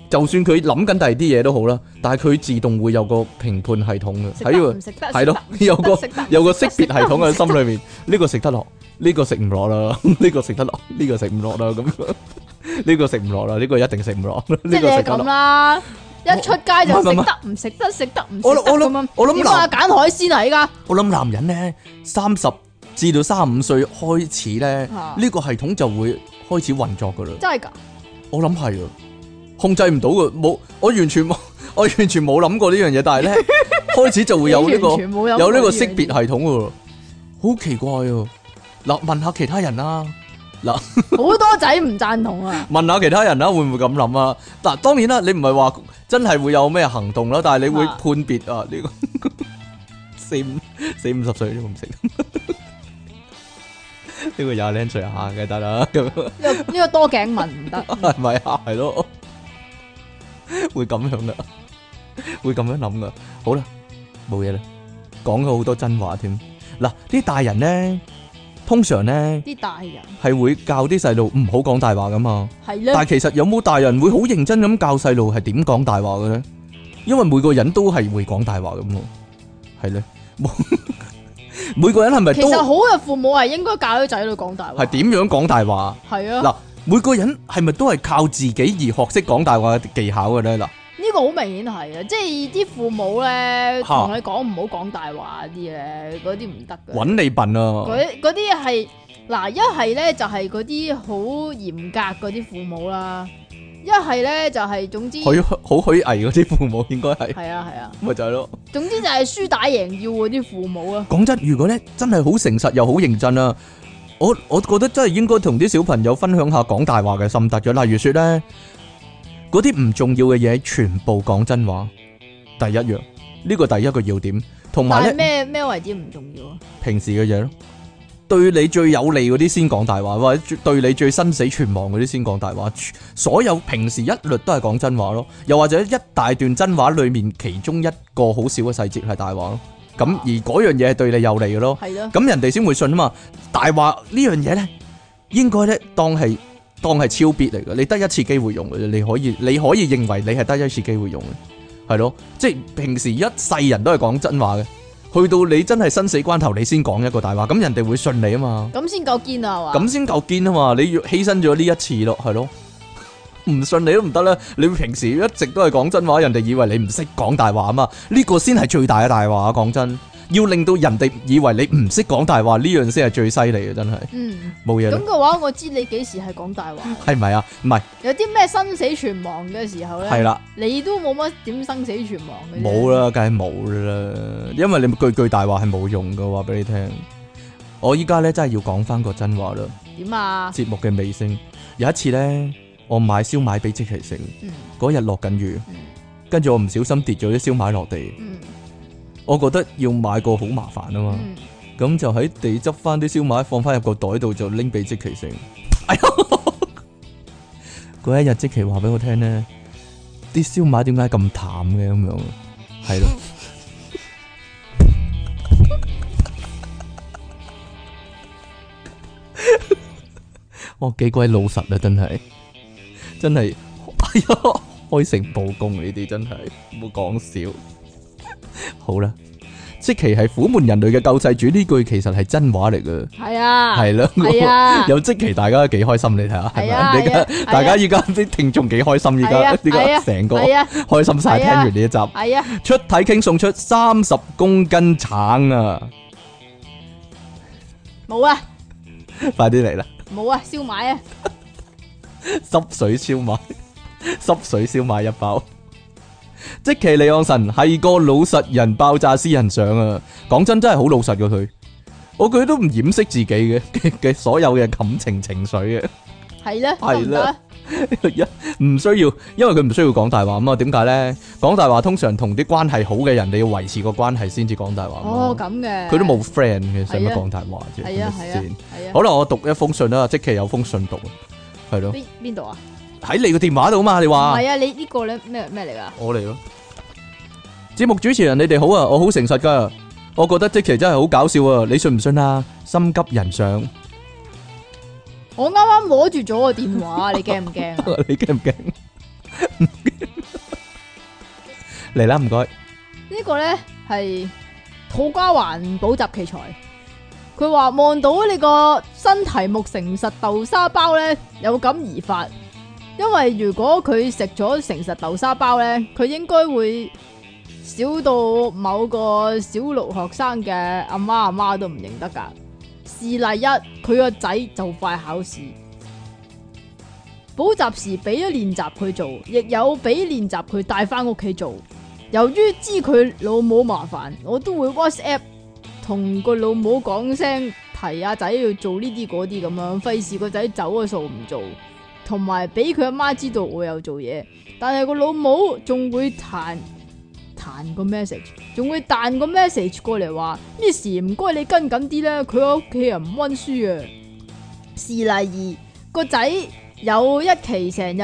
S1: 就算佢諗緊第二啲嘢都好啦，但係佢自動會有個評判系統嘅，
S2: 食
S1: 喺
S2: 得
S1: 個
S2: 唔食得？
S1: 係咯，
S2: 食得
S1: 有個
S2: 食得
S1: 有個識別系統喺心裏面，呢個食得落，呢個食唔落 啦，呢個食得落，呢個食唔落啦，咁呢個食唔落啦，呢個一定食唔落，
S2: 即
S1: 呢
S2: 系你
S1: 個
S2: 係
S1: 食得
S2: 咁
S1: 落。
S2: 啦。一出街就
S1: 唔係
S2: 食
S1: 唔係
S2: 得唔食得食得唔食
S1: 我
S2: 得
S1: 我諗
S2: 咁樣
S1: 我諗
S2: 點啊揀海鮮嚟噶，
S1: 我諗男人咧，三十至到三十五歲開始咧，
S2: 啊
S1: 呢個系統就會開始運作噶啦。
S2: 真係㗎，
S1: 我諗係啊，控制唔到嘅，冇我完全冇， 我完全冇諗過呢樣嘢， 但係咧開始就會有呢、個
S2: 你完全冇諗過
S1: 有呢個
S2: 樣
S1: 識
S2: 嘢
S1: 別系統噶，好奇怪啊！嗱，問下其他人啦、
S2: 好多仔唔贊同啊！
S1: 問下其他人啦、會唔會咁諗啊？嗱，當然啦，你唔係話真係會有咩行動啦，但係你會
S2: 啊
S1: 判別啊呢、個 四五四五十歲都唔識， 呢個廿零歲下嘅得啦，咁樣
S2: 呢、個呢、個多頸紋 唔得，
S1: 係咪啊？係咯，會咁樣噶，會咁樣諗噶。好啦，冇嘢啦，講咗好多真話添。嗱，啲大人咧，通常咧
S2: 啲大人
S1: 係會教啲細路唔好講大話噶嘛。
S2: 係咧，
S1: 但係其實有冇大人會好認真咁教細路係點講大話嘅咧？因為每個人都係會講大話咁喎，係咧， 冇每個人係咪
S2: 其實
S1: 都
S2: 好嘅父母係應該教啲仔女講大話，
S1: 係？點樣講大話？
S2: 係啊，
S1: 嗱每個人係咪都係靠自己而學識講大話嘅技巧嘅咧？嗱，
S2: 呢個好明顯係啊，即係啲父母咧
S1: 嚇
S2: 同你講唔好講大話嗰啲咧，嗰啲唔得嘅，
S1: 揾你笨啊！
S2: 嗰嗰啲係嗱一係咧就係嗰啲好嚴格嗰啲父母啦，一係咧就係、總之係
S1: 佢好虛偽嗰啲父母應該係，
S2: 啊係啊，
S1: 咪就係咯。
S2: 總之就係輸打贏要嗰啲父母啊，
S1: 講真，如果咧真係好誠實又好認真啊，我我覺得真係應該同啲小朋友分享下講大話嘅心得嘅。例如說咧，嗰啲唔重要嘅嘢全部講真話，第一樣呢個第一個要點，同埋
S2: 但係
S1: 咧
S2: 咩咩位置唔重要啊？
S1: 平時嘅嘢咯。對你最有利嗰啲先講大話，或者最對你最生死存亡嗰啲先講大話。全所有平時一律都係講真話咯，又或者一大段真話裡面其中一個好少嘅細節係大話咯。咁而嗰樣嘢係對你有利嘅咯。
S2: 係咯，
S1: 咁人哋先會信啊嘛。大話呢樣嘢咧，應該咧當係當係超必嚟嘅，你得一次機會用嘅啫，你可以你可以認為你係得一次機會用嘅，係咯，即係平時一世人都係講真話嘅。去到你真係生死關頭，你先講一個大話，咁人哋會信你啊嘛，
S2: 咁先夠堅啊係嘛？
S1: 咁先夠堅啊嘛，你要犧牲咗呢一次咯，係咯，唔信你都唔得啦，你平時一直都係講真話，人哋以為你唔識講大話啊嘛，呢、個先係最大嘅大話啊，講真，要令到人哋以為你唔識講大話呢樣先係最犀利嘅，啊真係
S2: 嗯，
S1: 冇嘢
S2: 咁
S1: 啦，
S2: 嘅話，我知你幾時係講大 話。
S1: 係咪啊？唔係，
S2: 有啲咩生死存亡嘅時候
S1: 係
S2: 咧，
S1: 啦，
S2: 你都冇乜點生死存亡嘅。
S1: 冇，啦，梗係冇啦，因為你句句大話係冇用嘅，話俾你聽。我依家咧真係要講翻個真話啦，
S2: 點啊？
S1: 節目嘅尾聲。有一次咧，我買燒賣俾即其食，
S2: 嗯
S1: 嗰日落緊雨
S2: 嗯，
S1: 跟住我唔小心跌咗啲燒賣落地，
S2: 嗯
S1: 我覺得要買個好麻煩啊嘛。
S2: 嗯，
S1: 咁就喺地執翻啲燒賣，放翻入個袋度就拎俾即奇食。哎呀嗰一日即奇話俾我聽咧，啲燒賣點解咁淡嘅咁樣？係咯， 哇，幾鬼老實啊！真係，真係， 哎呀，開誠布公呢啲真係，唔好講笑。好啦。即其係苦悶人類嘅救世主呢句其實係真話嚟嘅，
S2: 係啊，
S1: 係啦，
S2: 係啊
S1: 有即其大家幾開心，你睇下係咪
S2: 係啊
S1: 啊？你家
S2: 係啊
S1: 大家依家啲 聽眾幾開心，依
S2: 係
S1: 家
S2: 啊
S1: 呢
S2: 係
S1: 個
S2: 啊
S1: 成個
S2: 係啊，
S1: 開心晒，
S2: 係
S1: 聽
S2: 啊
S1: 完呢一集，
S2: 係啊，
S1: 出體傾送出三十公斤橙啊！
S2: 冇啊，
S1: 快啲嚟啦，
S2: 冇啊，燒賣啊，
S1: 濕水燒賣， 濕水燒賣一包。即其利昂神係個老實人爆炸私人相啊！講真真係好老實噶佢，我佢都唔掩飾自己嘅嘅嘅所有嘅感情情緒嘅。
S2: 係啦，得
S1: 係
S2: 唔
S1: 啦
S2: 得啊？
S1: 一 唔需要，因為佢唔需要講大話咁啊？點解咧？講大話通常同啲關係好嘅人，你要維持個關係先至講大話。
S2: 哦，，咁嘅，
S1: 佢都冇 friend 嘅，使乜
S2: 係啊
S1: 講大話啫？
S2: 係啊，
S1: 咪
S2: 係啊
S1: 先？，
S2: 係啊，
S1: 好啦，我讀一封信啦，即期有封信讀，係咯，
S2: 邊邊度啊？
S1: 喺你個電話度嘛？你
S2: 唔
S1: 話
S2: 係啊，你呢個咧咩咩嚟㗎？
S1: 我嚟咯。節目主持人，你哋好啊！我好誠實噶，我覺得即期真係好搞笑啊！你信唔信啊？心急人上，
S2: 我啱啱攞住咗個電話，你驚唔驚啊？
S1: 你驚唔驚？ 嚟啦，唔該。
S2: 呢個咧係土瓜灣補習奇才，佢話望到你個新題目誠實豆沙包咧，有感而發，因為如果佢食咗誠實豆沙包咧，佢應該會少到某個小六學生嘅阿媽阿媽都唔認得噶。事例一，佢個仔就快考試。補習時俾咗練習佢做，亦有俾練習佢帶翻屋企做。由於知佢老母麻煩，我都會 WhatsApp 同個老母講聲提阿仔要做呢啲嗰啲咁樣，費事個仔走咗數唔做，同埋俾佢阿媽知道我有做嘢。但係個老母仲會彈彈個 message，仲會彈個 message 過嚟話 Miss 唔該你跟緊啲啦，佢喺屋企人唔温書啊。事例二個仔有一期成日。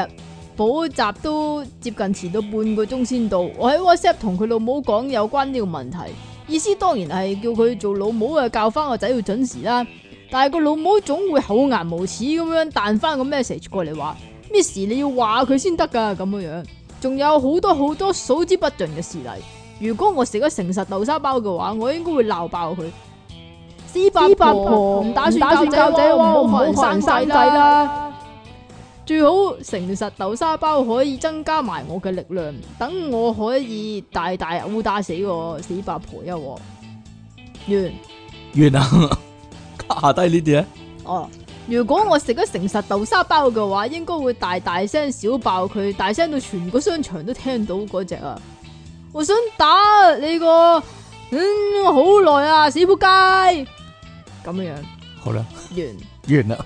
S2: 補習都接近遲到半個鐘先到，我喺 WhatsApp 同佢老母講有關呢個問題，意思當然係叫佢做老母啊，教翻個仔要準時啦。但係個老母總會厚顏無恥咁樣彈翻個 message 過嚟話，Miss 你要話佢先得㗎咁樣樣。仲有好多好多數之不盡嘅事例，如果我食咗誠實豆沙包嘅話，我應該會鬧爆佢。斯伯婆唔打算教仔，唔好唔好生仔啦。最好誠實豆沙包可以增加埋我嘅力量，等我可以大大烏打死個死八婆一鑊。完
S1: 完啦， 下低呢啲咧，
S2: 哦，如果我食咗誠實豆沙包嘅話，應該會大大聲小爆佢，大聲到全個商場都聽到嗰只啊！我想打你個，嗯，好耐啊，死仆街！咁樣
S1: 好啦，
S2: 樣
S1: 完
S2: 完。
S1: 啦。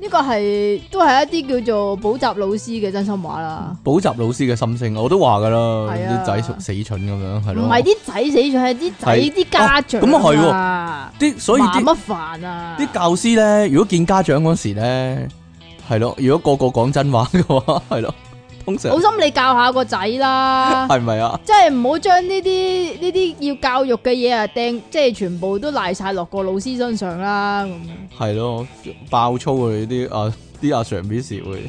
S2: 呢個係都係一啲叫做補習老師嘅真心話啦，
S1: 補習老師嘅心聲，我都話噶啦，
S2: 係啊
S1: 啲仔屬死蠢咁樣，係
S2: 唔
S1: 咯。
S2: 係啲仔死咗，係啲仔
S1: 係
S2: 啲家長
S1: 哦咁
S2: 啊
S1: 啲，所以
S2: 麻
S1: 啲
S2: 乜煩啊！
S1: 啲教師咧，如果見家長嗰時咧，係咯，如果個個講真話嘅話，係咯，通常
S2: 好心你教下個仔 啦，
S1: 係咪啊？
S2: 即係唔好將呢啲呢啲要教育嘅嘢啊掟，即係全部都賴晒落個老師身上啦。咁樣
S1: 係咯，爆粗啊！你啲啊啲阿 Sir Miss 會，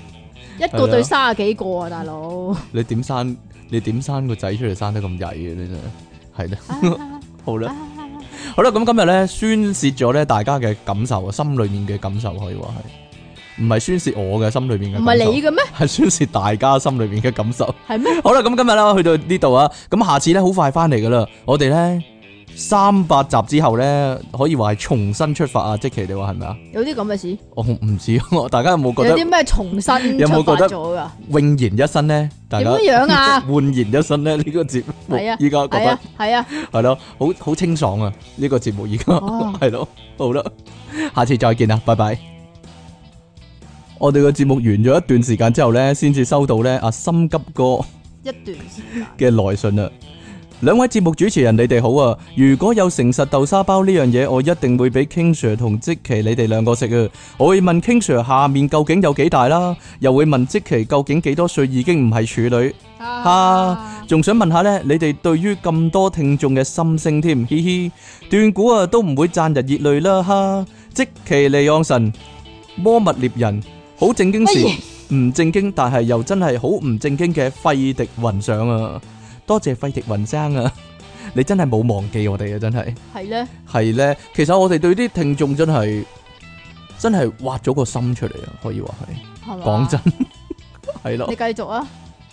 S2: 一個對三十幾個啊，大佬。
S1: 你點生你點生個仔出嚟生得咁曳嘅你真係係啦。 好啦，好啦，咁今日咧宣泄咗咧大家嘅感受啊，心裏面嘅感受可以話係，唔係宣泄我嘅心裏面
S2: 唔
S1: 嘅
S2: 係
S1: 感受，
S2: 你嘅咩？
S1: 係宣泄大家心裏面嘅感受。
S2: 係咩？
S1: 好啦，咁今日啦，去到呢度啊，咁下次咧好快翻嚟噶啦，我哋咧三百集之後咧，可以話係重新出發啊！即其你話係咪啊？
S2: 有啲咁嘅事，
S1: 我唔知， 大家有冇覺
S2: 有
S1: 得
S2: 啲咩重新
S1: 有冇
S2: 出發
S1: 覺得
S2: 咗噶？
S1: 煥然一新咧？大
S2: 點
S1: 家
S2: 樣啊？
S1: 煥然一新咧？呢個節目
S2: 係啊
S1: 依家覺
S2: 係
S1: 得
S2: 啊，係啊，
S1: 係咯，好好清爽啊！呢個節目而家
S2: 哦
S1: 係咯，好啦，下次再見啦，拜拜。我哋個節目完咗一段時間之後咧，先至收到咧阿心急哥。
S2: 一段時間
S1: 嘅來信啦。兩位節目主持人，你哋好啊！如果有誠實豆沙包呢樣嘢，我一定會俾 King Sir 同積淇你哋兩個食啊！我會問 King Sir 下面究竟有幾大啦，又會問積淇究竟幾多歲已經唔係處女。啊
S2: 啊，
S1: 仲想問下呢，你哋對於咁多聽眾嘅心聲添，嘻嘻，斷估啊都唔會賺人熱淚啦哈！即其利昂神，魔物獵人，好正經
S2: 乜
S1: 時唔正經，但係又真係好唔正經嘅費迪雲上啊！多謝費迪雲生啊， 你真係冇忘記我哋啊，真係
S2: 係咧，
S1: 係呢，其實我哋對啲聽眾真係真係挖咗個心出嚟啊，可以話
S2: 係
S1: 係，
S2: 嘛？
S1: 講真 係咯
S2: 你。繼續啊。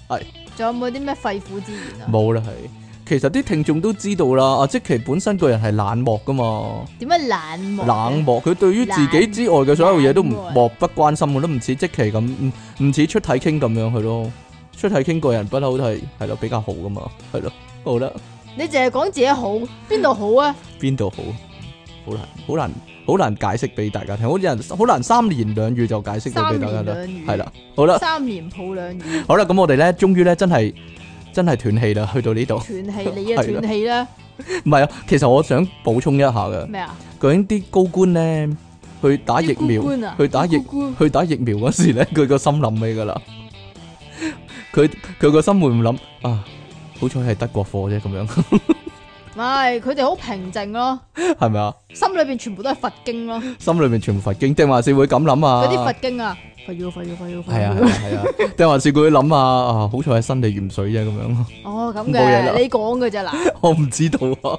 S1: 係。
S2: 仲有冇啲咩肺腑之言啊？
S1: 冇啦，係。其實啲聽眾都知道啦，阿即其本身個人係冷漠噶嘛，
S2: 點解冷漠嘅？
S1: 冷漠。佢對於自己之外嘅所有嘢都唔
S2: 冷漠
S1: 漠不關心，我都唔似即其咁，唔唔似出體傾咁樣佢咯。出體傾個人不嬲都係係咯比較好噶嘛，係咯。好啦，
S2: 你淨係講自己好，邊度好啊？
S1: 邊度好？好難，好難，好難解釋俾大家聽。好似人好難三言兩語就解釋到俾
S2: 三
S1: 大家
S2: 年兩
S1: 啦。
S2: 語。
S1: 係啦，好啦，
S2: 三年抱兩語，
S1: 好啦，咁我哋咧，終於咧真係真係斷氣啦，去到呢度。
S2: 斷氣你
S1: 係
S2: 啊
S1: 啦
S2: 斷氣啦，
S1: 唔係啊，其實我想補充一下嘅。
S2: 咩啊？
S1: 究竟啲高官咧去打疫苗
S2: 啲高官啊，
S1: 去打疫
S2: 啲高官
S1: 去打疫苗嗰時咧， 佢個心諗咩噶啦？佢佢個心會唔諗啊？好彩係德國貨啫，咁樣
S2: 唔係佢哋好平靜咯，
S1: 係咪啊？
S2: 心裏邊全部都係佛經咯，
S1: 心裏面全部佛經，定還是會咁諗啊？
S2: 嗰啲佛經啊，佛要佛要佛要佛
S1: 係啊
S2: 要
S1: 係，啊係啊，定還是佢會諗啊？啊，好彩係生理鹽水啫，咁樣
S2: 哦咁
S1: 冇嘢啦
S2: 嘅，你講 嘅咋嗱，
S1: 我唔知道啊，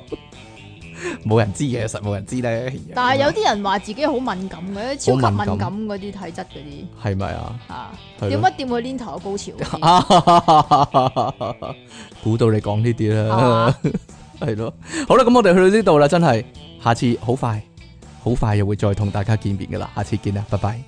S1: 冇人知嘅，實冇人知咧。
S2: 但係有啲人話自己好敏感嘅，超級
S1: 好敏
S2: 敏
S1: 感
S2: 感嗰啲體質嗰啲
S1: 係咪啊？
S2: 啊，
S1: 係咯
S2: 掂一掂佢黏頭有高潮嗰啲，
S1: 估到你講呢啲啦
S2: 啊。
S1: 系咯，好啦，咁我哋去到呢度啦，真系，下次好快，好快又會再同大家見面噶啦，下次見啦，拜拜。